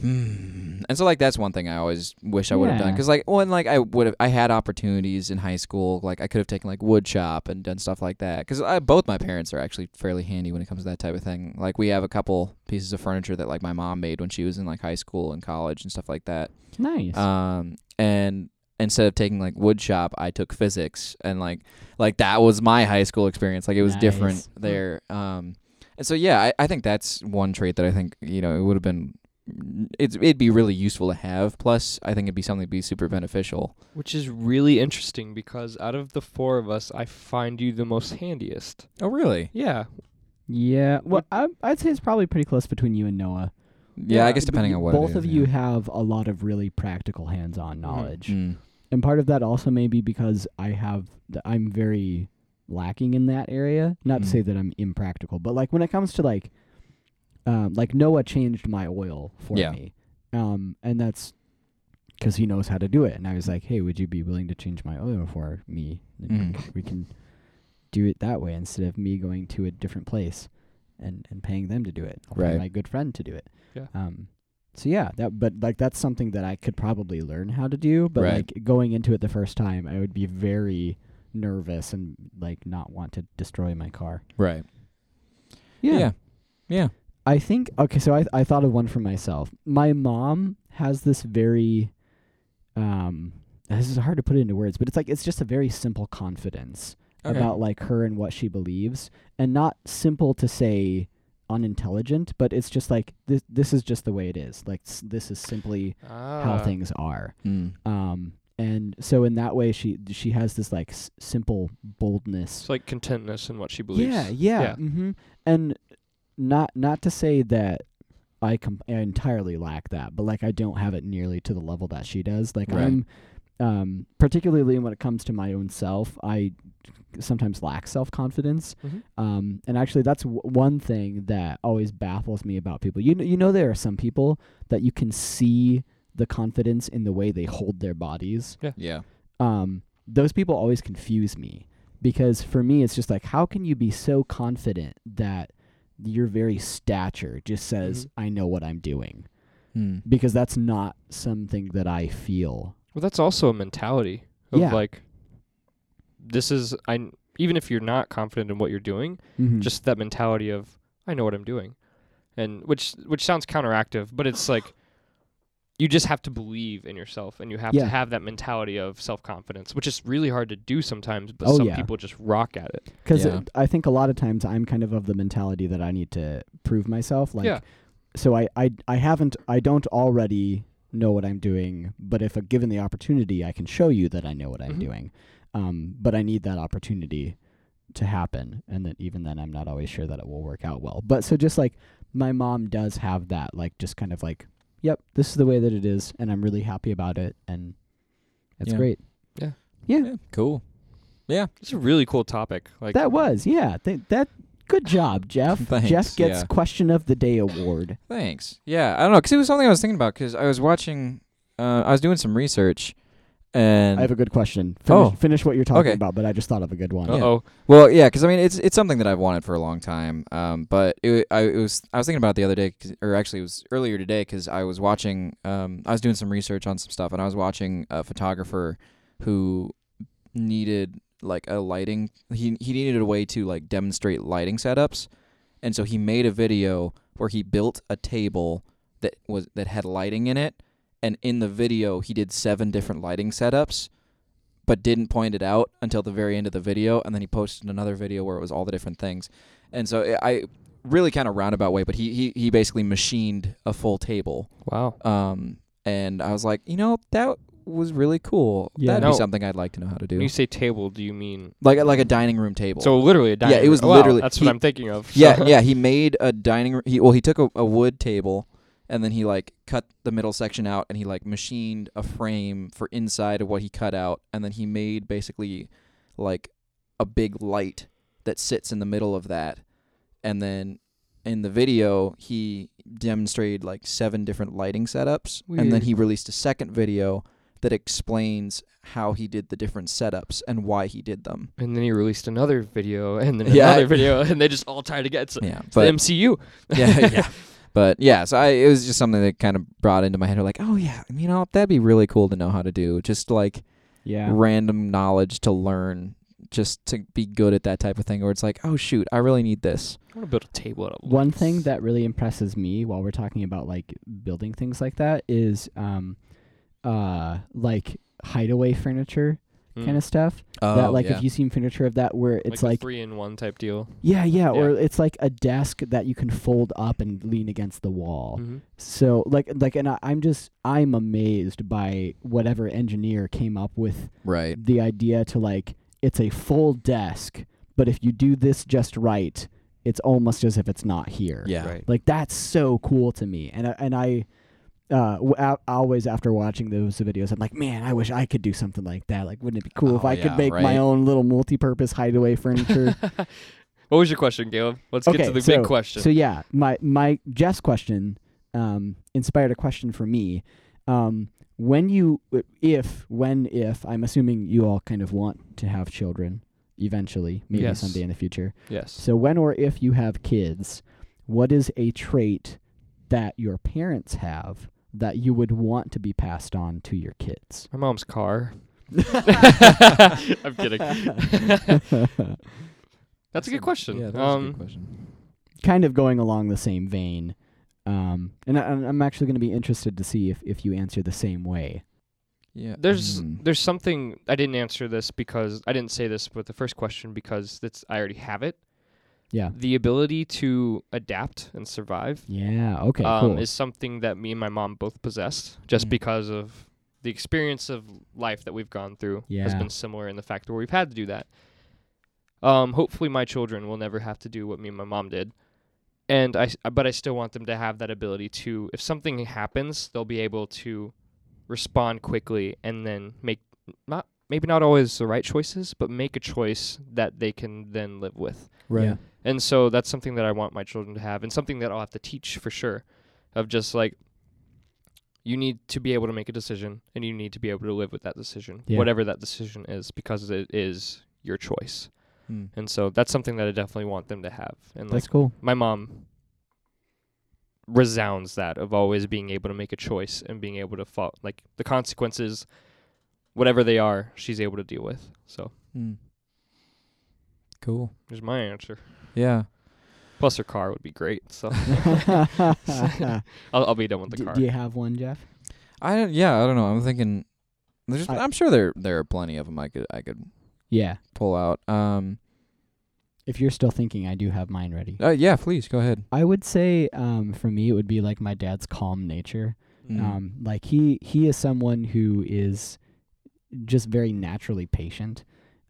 Speaker 3: Hmm. And so like that's one thing I always wish I would have done
Speaker 1: Yeah.
Speaker 3: because like when like I would have I had opportunities in high school like I could have taken like wood shop and done stuff like that because both my parents are actually fairly handy when it comes to that type of thing like we have a couple pieces of furniture that like my mom made when she was in like high school and college and stuff like that
Speaker 1: Nice.
Speaker 2: Uh,
Speaker 3: um, and instead of taking like wood shop, I took physics, and like like that was my high school experience. Like it was different
Speaker 1: Nice.
Speaker 3: there. Um, and so yeah, I, I think that's one trait that I think you know it would have been. It's it'd be really useful to have. Plus, I think it'd be something that'd be super beneficial.
Speaker 2: Which is really interesting because out of the four of us, I find you the most handiest.
Speaker 3: Oh really?
Speaker 2: Yeah,
Speaker 1: yeah. Well, I, I'd say it's probably pretty close between you and Noah.
Speaker 3: Yeah, I
Speaker 2: Yeah,
Speaker 3: guess
Speaker 1: But
Speaker 3: depending
Speaker 1: you-
Speaker 3: on what. it
Speaker 1: both
Speaker 3: is,
Speaker 1: of
Speaker 3: yeah.
Speaker 1: you have a lot of really practical hands-on knowledge
Speaker 3: Mm.
Speaker 1: and part of that also may be because i have th- i'm very lacking in that area not to
Speaker 3: Mhm.
Speaker 1: say that i'm impractical but like when it comes to like um, like noah changed my oil for
Speaker 3: Yeah.
Speaker 1: me um, and that's because he knows how to do it and i was like hey would you be willing to change my oil for me And
Speaker 3: Mm.
Speaker 1: we can do it that way instead of me going to a different place and, and paying them to do it or paying
Speaker 3: Right.
Speaker 1: my good friend to do it
Speaker 2: Yeah.
Speaker 1: um, so yeah, that but like that's something that I could probably learn how to do, but
Speaker 3: Right.
Speaker 1: like going into it the first time, I would be very nervous and like not want to destroy my car.
Speaker 3: Right. Yeah. yeah.
Speaker 1: I think okay, so I I thought of one for myself. My mom has this very um this is hard to put into words, but it's like it's just a very simple confidence
Speaker 3: Okay.
Speaker 1: about like her and what she believes and not simple to say unintelligent, but it's just like this this is just the way it is. Like s- this is simply how
Speaker 2: Ah.
Speaker 1: things are.
Speaker 3: Mm.
Speaker 1: um and so in that way she she has this like s- simple
Speaker 2: It's
Speaker 1: boldness
Speaker 2: like contentness in what she believes.
Speaker 1: yeah yeah,
Speaker 2: Yeah.
Speaker 1: hmm and not not to say that I, com- I entirely lack that but like i don't have it nearly to the level that she does like
Speaker 3: Right.
Speaker 1: i'm um particularly when it comes to my own self i sometimes lack self-confidence
Speaker 2: Mhm.
Speaker 1: um and actually that's w- one thing that always baffles me about people you know you know there are some people that you can see the confidence in the way they hold their bodies
Speaker 3: Yeah.
Speaker 1: um, those people always confuse me because for me it's just like how can you be so confident that your very stature just says
Speaker 2: Mhm.
Speaker 1: i know what i'm doing
Speaker 3: Mm.
Speaker 1: because that's not something that i feel
Speaker 2: Well, that's also a mentality of
Speaker 1: Yeah.
Speaker 2: like, this is I. even if you're not confident in what you're doing,
Speaker 1: Mhm.
Speaker 3: Mm.
Speaker 2: just that mentality of I know what I'm doing, and which which sounds counteractive, but it's like you just have to believe in yourself, and you have
Speaker 1: Yeah.
Speaker 2: to have that mentality of self confidence, which is really hard to do sometimes. But
Speaker 1: Oh,
Speaker 2: some
Speaker 1: yeah.
Speaker 2: people just rock at it.
Speaker 1: because
Speaker 3: Yeah.
Speaker 1: I think a lot of times I'm kind of of the mentality that I need to prove myself. Like,
Speaker 2: Yeah.
Speaker 1: so I, I, I haven't, I don't already know what I'm doing, but if uh given the opportunity, I can show you that I know what I'm
Speaker 3: Mm-hmm.
Speaker 2: Mhm.
Speaker 1: doing. Um, but I need that opportunity to happen, and that even then, I'm not always sure that it will work out well. But so just like my mom does have that, like just kind of like, yep, this is the way that it is, and I'm really happy about it, and it's
Speaker 3: Yeah.
Speaker 1: great.
Speaker 3: Yeah, cool.
Speaker 2: It's a really cool topic. Like
Speaker 1: That was, yeah. Th- that good job, Jeff.
Speaker 3: Thanks,
Speaker 1: Jeff gets
Speaker 3: yeah.
Speaker 1: question of the day award.
Speaker 3: Thanks. Yeah, I don't know, cause it was something I was thinking about, cause I was watching, uh, I was doing some research, and
Speaker 1: I have a good question. Finish,
Speaker 3: Oh.
Speaker 1: finish what you're talking
Speaker 3: Okay.
Speaker 1: about, but I just thought of a good one.
Speaker 2: uh oh,
Speaker 3: Well, yeah, because I mean, it's it's something that I've wanted for a long time. Um, but it, I it was I was thinking about it the other day, 'cause- or actually it was earlier today, because I was watching. Um, I was doing some research on some stuff, and I was watching a photographer who needed like a lighting. He he needed a way to like demonstrate lighting setups, and so he made a video where he built a table that was that had lighting in it, and in the video he did seven different lighting setups but didn't point it out until the very end of the video, and then he posted another video where it was all the different things, and so I- I really kind of roundabout way, but he he he basically machined a full table,
Speaker 2: wow.
Speaker 3: um, and I was like, you know, that was really cool.
Speaker 1: Yeah.
Speaker 3: That'd
Speaker 2: No.
Speaker 3: be something I'd like to know how to
Speaker 2: When
Speaker 3: do,
Speaker 2: you say table, do you mean
Speaker 3: like like a dining room table.
Speaker 2: so literally a dining?
Speaker 3: it was
Speaker 2: room. Wow,
Speaker 3: literally-
Speaker 2: that's
Speaker 3: he-
Speaker 2: what I'm thinking of. so-
Speaker 3: Yeah, yeah. He made a dining room. He, well, he took a, a wood table, and then he like cut the middle section out, and he like machined a frame for inside of what he cut out, and then he made basically like a big light that sits in the middle of that, and then in the video he demonstrated like seven different lighting setups, and then
Speaker 2: Weird.
Speaker 3: he released a second video that explains how he did the different setups and why he did them.
Speaker 2: and then he released another video, and then
Speaker 3: Yeah,
Speaker 2: another
Speaker 3: I-
Speaker 2: video, and they just all tied together. It's,
Speaker 3: Yeah,
Speaker 2: it's
Speaker 3: but
Speaker 2: the MCU.
Speaker 3: yeah, yeah. But yeah, so I, it was just something that kind of brought into my head. Like, oh yeah, you know, that'd be really cool to know how to do. Just like
Speaker 1: Yeah.
Speaker 3: random knowledge to learn, just to be good at that type of thing. Where it's like, oh shoot, I really need this.
Speaker 2: I want to build a table. Out of
Speaker 1: One thing that really impresses me while we're talking about like building things like that is um uh like hideaway furniture
Speaker 2: Mm.
Speaker 1: kind of stuff. that like if you've seen furniture of that where it's Hmm. Oh, like,
Speaker 2: three in one type deal.
Speaker 1: yeah, yeah, or
Speaker 2: Yeah.
Speaker 1: it's like a desk that you can fold up and lean against the wall.
Speaker 2: Mhm.
Speaker 1: So like like and I, I'm just I'm amazed by whatever engineer came up with
Speaker 3: right,
Speaker 1: the idea to like it's a full desk, but if you do this just right, it's almost as if it's not here.
Speaker 3: yeah,
Speaker 2: Right.
Speaker 1: Like that's so cool to me, and I- and I. Uh, w- a- always after watching those videos, I'm like, man, I wish I could do something like that. Like, wouldn't it be cool if
Speaker 3: Oh,
Speaker 1: I
Speaker 3: yeah,
Speaker 1: could make my
Speaker 3: right?
Speaker 1: own little multi-purpose hideaway furniture?
Speaker 2: What was your question, Caleb? Let's get
Speaker 1: Okay,
Speaker 2: to the
Speaker 1: so-
Speaker 2: big question.
Speaker 1: So yeah, my my Jeff's question um, inspired a question for me. Um, when you, if when if I'm assuming you all kind of want to have children eventually, maybe
Speaker 2: Yes.
Speaker 1: someday in the future.
Speaker 2: yes.
Speaker 1: So when or if you have kids, what is a trait that your parents have that you would want to be passed on to your kids?
Speaker 2: My mom's car. I'm kidding. That's a good question.
Speaker 3: Yeah,
Speaker 2: um,
Speaker 3: good question.
Speaker 1: kind of going along the same vein. Um, and I, I'm actually going to be interested to see if, if you answer the same way.
Speaker 3: Yeah, Mm-hmm.
Speaker 2: There's there's something I didn't answer this because I didn't say this with the first question because that's I already have it.
Speaker 1: Yeah.
Speaker 2: The ability to adapt and survive
Speaker 1: Yeah. Okay.
Speaker 2: um,
Speaker 1: cool.
Speaker 2: is something that me and my mom both possessed just
Speaker 3: Mm.
Speaker 2: because of the experience of life that we've gone through has
Speaker 1: Yeah.
Speaker 2: been similar in the fact where we've had to do that. Um, hopefully, my children will never have to do what me and my mom did, and I. s- uh, But I still want them to have that ability to, if something happens, they'll be able to respond quickly and then make not maybe not always the right choices, but make a choice that they can then live with.
Speaker 1: Right.
Speaker 3: Yeah.
Speaker 2: And so that's something that I want my children to have and something that I'll have to teach for sure of just like you need to be able to make a decision and you need to be able to live with that decision,
Speaker 1: Yeah.
Speaker 2: whatever that decision is, because it is your choice.
Speaker 3: Hmm.
Speaker 2: And so that's something that I definitely want them to have. And like
Speaker 1: That's cool.
Speaker 2: my mom resounds that of always being able to make a choice and being able to fall like the consequences, whatever they are, she's able to deal with. So
Speaker 3: Mm. Cool.
Speaker 2: Is my answer.
Speaker 3: Yeah.
Speaker 2: Plus, her car would be great. So I'll, I'll be done with the
Speaker 1: do,
Speaker 2: car.
Speaker 1: do you have one, Jeff?
Speaker 3: I don't- yeah, I don't know. I'm thinking there's
Speaker 1: I-
Speaker 3: I, am sure there there are plenty of them I could I could
Speaker 1: Yeah.
Speaker 3: pull out. Um
Speaker 1: If you're still thinking, I do have mine ready.
Speaker 3: uh, yeah, please go ahead.
Speaker 1: I would say, um, for me, it would be like my dad's calm nature.
Speaker 3: Mm.
Speaker 1: Um, like he he is someone who is just very naturally patient.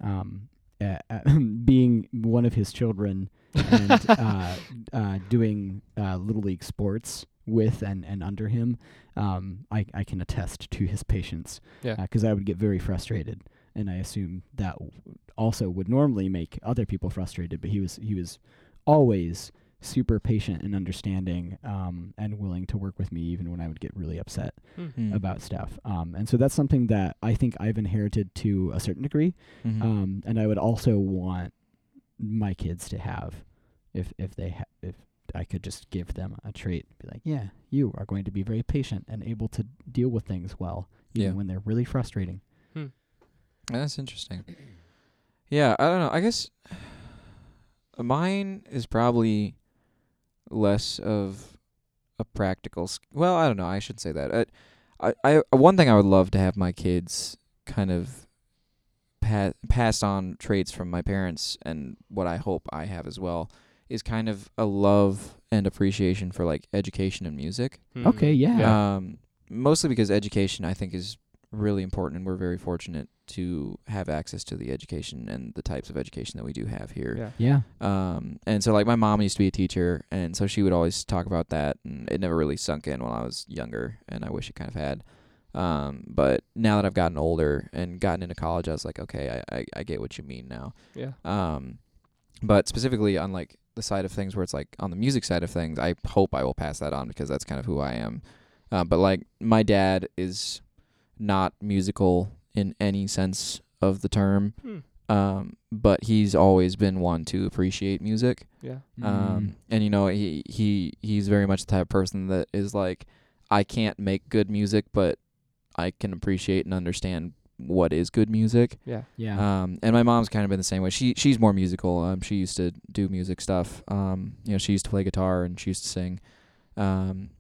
Speaker 1: Um, uh, being one of his children and uh, uh, doing uh, little league sports with and, and under him, um, I I can attest to his patience.
Speaker 2: Yeah.
Speaker 1: Because I would get very frustrated, and I assume that w- also would normally make other people frustrated. But he was he was always super patient and understanding um, and willing to work with me even when I would get really upset
Speaker 2: Hmm.
Speaker 3: Mm.
Speaker 1: about stuff. Um, and so that's something that I think I've inherited to a certain degree.
Speaker 3: Mhm.
Speaker 1: Um, and I would also want my kids to have if if they ha- if I could just give them a trait, be like, yeah, you are going to be very patient and able to deal with things well, even
Speaker 3: Yeah.
Speaker 1: when they're really frustrating.
Speaker 3: That's interesting. Yeah, I don't know. I guess mine is probably less of a practical. Sk- well, I don't know. I should say that. I, I, I, one thing I would love to have my kids kind of pa- pass on traits from my parents, and what I hope I have as well is kind of a love and appreciation for like education and music.
Speaker 2: Mm.
Speaker 1: Okay, yeah.
Speaker 3: Um, mostly because education, I think, is really important, and we're very fortunate to have access to the education and the types of education that we do have here.
Speaker 2: Yeah.
Speaker 1: Yeah.
Speaker 3: Um, and so, like, my mom used to be a teacher, and so she would always talk about that, and it never really sunk in when I was younger, and I wish it kind of had. Um, but now that I've gotten older and gotten into college, I was like, okay, I, I, I get what you mean now.
Speaker 2: Yeah.
Speaker 3: Um, but specifically on like the side of things where it's like on the music side of things, I hope I will pass that on because that's kind of who I am. Uh, but like my dad is not musical in any sense of the term,
Speaker 2: Hmm.
Speaker 3: um, but he's always been one to appreciate music.
Speaker 2: Yeah.
Speaker 1: Mm,
Speaker 3: Um, and you know he he he's very much the type of person that is like, I can't make good music, but I can appreciate and understand what is good music.
Speaker 2: Yeah.
Speaker 1: yeah.
Speaker 3: Um, and my mom's kind of been the same way. She she's more musical. Um, she used to do music stuff. Um, you know, she used to play guitar and she used to sing. Um,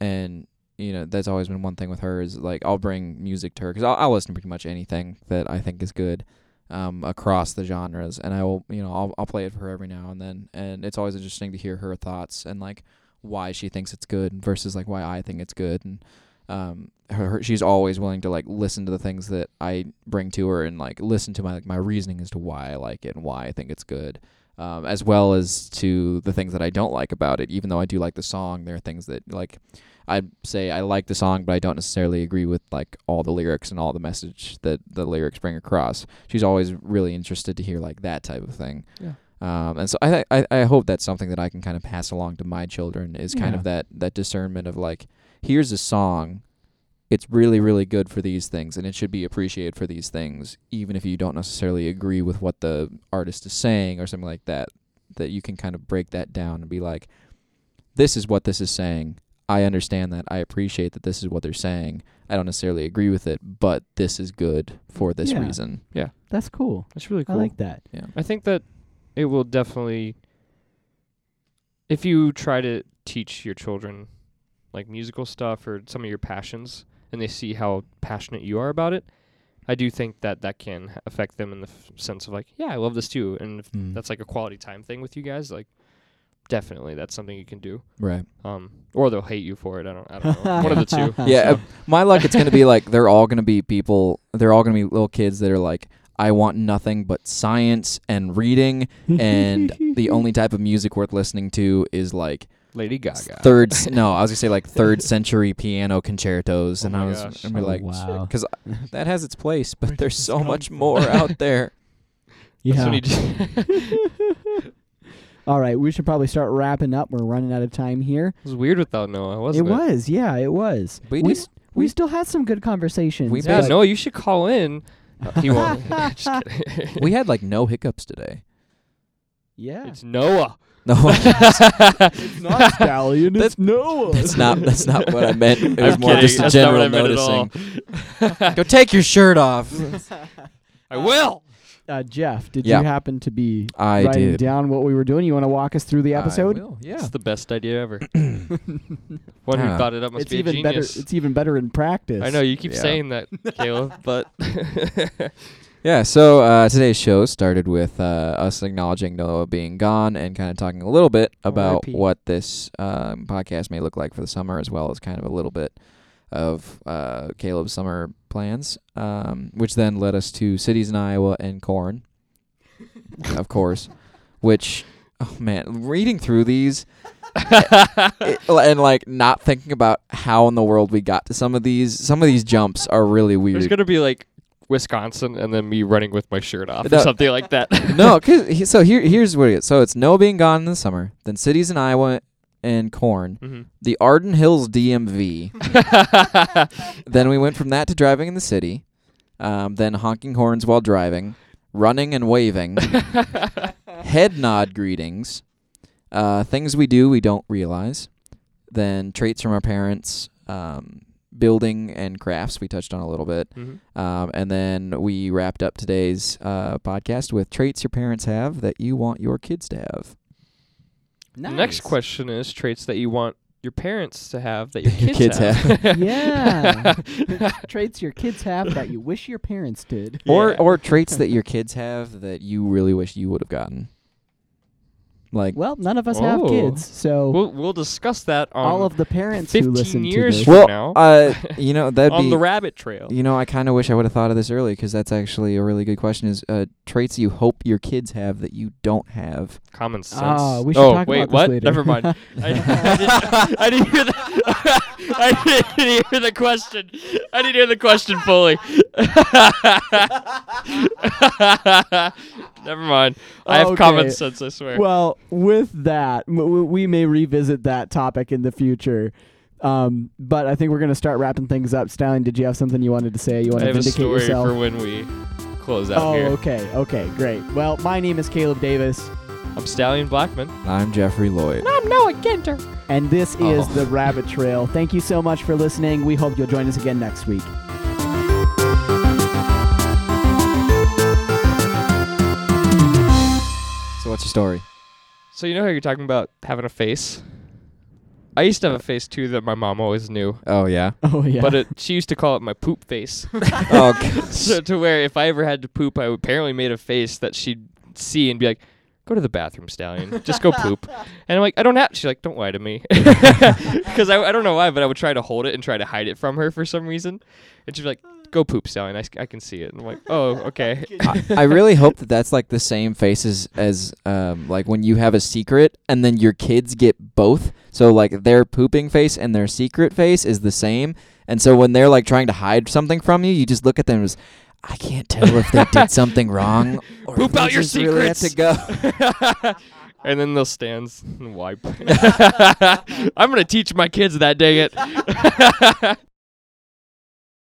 Speaker 3: and you know, that's always been one thing with her is like I'll bring music to her because I'll, I'll listen to pretty much anything that I think is good, um, across the genres. And I will, you know, I'll I'll play it for her every now and then. And it's always interesting to hear her thoughts and like why she thinks it's good versus like why I think it's good. And um her, her she's always willing to like listen to the things that I bring to her and like listen to my like my reasoning as to why I like it and why I think it's good um as well as to the things that I don't like about it even though I do like the song there are things that like I'd say I like the song but I don't necessarily agree with like all the lyrics and all the message that the lyrics bring across she's always really interested to hear like that type of thing
Speaker 2: Yeah.
Speaker 3: um, and so I, I I hope that's something that I can kind of pass along to my children is kind
Speaker 1: Yeah.
Speaker 3: of that that discernment of like here's a song it's really really good for these things and it should be appreciated for these things even if you don't necessarily agree with what the artist is saying or something like that that you can kind of break that down and be like this is what this is saying i understand that i appreciate that this is what they're saying i don't necessarily agree with it but this is good for this
Speaker 1: Yeah.
Speaker 3: reason
Speaker 1: that's cool.
Speaker 2: That's really cool.
Speaker 1: I like that.
Speaker 2: I think that it will definitely if you try to teach your children like musical stuff or some of your passions and they see how passionate you are about it, I do think that that can affect them in the f- sense of like, yeah, I love this too and if
Speaker 3: Mm.
Speaker 2: that's like a quality time thing with you guys, like definitely that's something you can do.
Speaker 3: right
Speaker 2: Um or they'll hate you for it. I don't I don't know. One of the two.
Speaker 3: yeah
Speaker 2: So-
Speaker 3: uh, my luck it's gonna be like they're all gonna be people they're all gonna be little kids that are like i want nothing but science and reading and the only type of music worth listening to is like
Speaker 2: Lady Gaga.
Speaker 3: third no i was gonna say like third century piano concertos
Speaker 2: Oh
Speaker 3: and
Speaker 2: my
Speaker 3: i was
Speaker 2: gosh.
Speaker 3: gonna be
Speaker 1: Oh,
Speaker 3: like
Speaker 1: wow.
Speaker 3: because that has its place but
Speaker 4: Where
Speaker 3: there's
Speaker 4: did this
Speaker 3: so
Speaker 4: come
Speaker 3: much
Speaker 4: from?
Speaker 3: more out there
Speaker 2: That's
Speaker 1: yeah.
Speaker 2: when you just-
Speaker 1: All right, we should probably start wrapping up. We're running out of time here.
Speaker 2: it was weird without Noah, wasn't it?
Speaker 1: it was, yeah, it was.
Speaker 3: We
Speaker 1: we,
Speaker 3: did-
Speaker 1: s- we
Speaker 3: we-
Speaker 1: still had some good conversations.
Speaker 3: We
Speaker 2: Yeah,
Speaker 1: but-
Speaker 3: made-
Speaker 2: no, you should call in. Uh, he won't. Just kidding.
Speaker 3: we had like no hiccups today
Speaker 1: yeah.
Speaker 2: It's Noah.
Speaker 3: no
Speaker 1: It's not stallion.
Speaker 3: That's-
Speaker 1: Noah.
Speaker 3: that's not that's not what i meant it was
Speaker 2: I'm
Speaker 3: more
Speaker 2: kidding.
Speaker 3: just a
Speaker 2: That's not
Speaker 3: general
Speaker 2: what I meant at all.
Speaker 3: noticing go take your shirt off
Speaker 2: I will.
Speaker 1: uh, Jeff, did
Speaker 3: Yeah.
Speaker 1: you happen to be
Speaker 3: I
Speaker 1: writing
Speaker 3: did.
Speaker 1: down what we were doing? You want to walk us through the
Speaker 3: I
Speaker 1: episode?
Speaker 3: will, Yeah.
Speaker 2: It's the best idea ever. One who
Speaker 3: Ah.
Speaker 2: thought it up must
Speaker 1: It's
Speaker 2: be a
Speaker 1: even
Speaker 2: genius.
Speaker 1: better. It's even better in practice.
Speaker 2: I know you keep
Speaker 3: Yeah.
Speaker 2: saying that, Caleb, but
Speaker 3: Yeah, so uh, today's show started with uh, us acknowledging Noah being gone and kind of talking a little bit about
Speaker 1: R.I.P..
Speaker 3: what this um, podcast may look like for the summer, as well as kind of a little bit of uh, Caleb's summer plans, um, which then led us to cities in Iowa and corn, of course. Which, oh man, reading through these it- oh, and like not thinking about how in the world we got to some of these, some of these jumps are really
Speaker 2: there's
Speaker 3: weird.
Speaker 2: gonna be like Wisconsin and then me running with my shirt off
Speaker 3: No.
Speaker 2: or something like that.
Speaker 3: no, 'cause he, so here here's what it is. So it's Noah being gone in the summer, then cities in Iowa and corn,
Speaker 2: Mhm.
Speaker 3: the Arden Hills DMV. then we went from that to driving in the city, um, then honking horns while driving, running and waving, head nod greetings, uh, things we do we don't realize, then traits from our parents, um, building and crafts we touched on a little bit.
Speaker 2: Mhm.
Speaker 3: Um, and then we wrapped up today's uh, podcast with traits your parents have that you want your kids to have.
Speaker 2: The
Speaker 1: Nice.
Speaker 2: Next question is traits that you want your parents to have that your kids,
Speaker 3: Kids
Speaker 2: have.
Speaker 1: yeah. Traits your kids have that you wish your parents did.
Speaker 3: Or
Speaker 2: Yeah.
Speaker 3: or traits that your kids have that you really wish you would have gotten. Like
Speaker 1: Well, none of us have
Speaker 2: Oh.
Speaker 1: kids, so
Speaker 2: we'll we'll discuss that on
Speaker 1: all of the parents who
Speaker 2: 15
Speaker 1: listen
Speaker 2: Um, years
Speaker 1: to this.
Speaker 2: from
Speaker 3: Well,
Speaker 2: now
Speaker 3: uh you know that'd
Speaker 2: on
Speaker 3: be
Speaker 2: the rabbit trail.
Speaker 3: you know I kind of wish I would have thought of this early cuz that's actually a really good question is uh traits you hope your kids have that you don't have.
Speaker 2: Common sense.
Speaker 1: Ah, we should
Speaker 2: oh
Speaker 1: talk
Speaker 2: wait,
Speaker 1: about
Speaker 2: what?
Speaker 1: this later.
Speaker 2: Never mind. I, I didn't, I didn't hear the I didn't hear the question. I didn't hear the question fully. Never mind. I have
Speaker 1: Okay.
Speaker 2: common sense. I swear.
Speaker 1: Well, with that, m- w- we may revisit that topic in the future. Um, but I think we're going to start wrapping things up. Stallion, did you have something you wanted to say? You want
Speaker 2: I
Speaker 1: to
Speaker 2: have a
Speaker 1: vindicate
Speaker 2: story
Speaker 1: yourself?
Speaker 2: for when we close out
Speaker 1: oh,
Speaker 2: here.
Speaker 1: okay. Okay, great. Well, my name is Caleb Davis,
Speaker 2: I'm Stallion Blackman.
Speaker 3: I'm Jeffrey Lloyd.
Speaker 2: I'm Noah Ginter.
Speaker 1: and this is
Speaker 3: Oh.
Speaker 1: The Rabbit Trail. Thank you so much for listening. We hope you'll join us again next week.
Speaker 3: So what's your story?
Speaker 2: So you know how you're talking about having a face. I used to
Speaker 1: Uh,
Speaker 2: have a face too that my mom always knew,
Speaker 3: Oh yeah.
Speaker 1: Oh, yeah.
Speaker 2: but it, she used to call it my poop face.
Speaker 3: oh God.
Speaker 2: so to where if I ever had to poop, I apparently made a face that she'd see and be like, "Go to the bathroom, stallion. Just go poop." And I'm like, "I don't have." She's like, "Don't lie to me," because I, I don't know why, but I would try to hold it and try to hide it from her for some reason. And she'd be like, "Go poop, stallion. I, s- I can see it." And I'm like, "Oh, okay."
Speaker 3: I, I really hope that that's like the same faces as um like when you have a secret and then your kids get both. So like their pooping face and their secret face is the same. And so when they're like trying to hide something from you, you just look at them as I can't tell if they did something wrong or
Speaker 2: Poop
Speaker 3: if they
Speaker 2: out your
Speaker 3: just really have to
Speaker 2: secrets.
Speaker 3: go.
Speaker 2: and then they'll stand and wipe. I'm gonna teach my kids that. Dang it.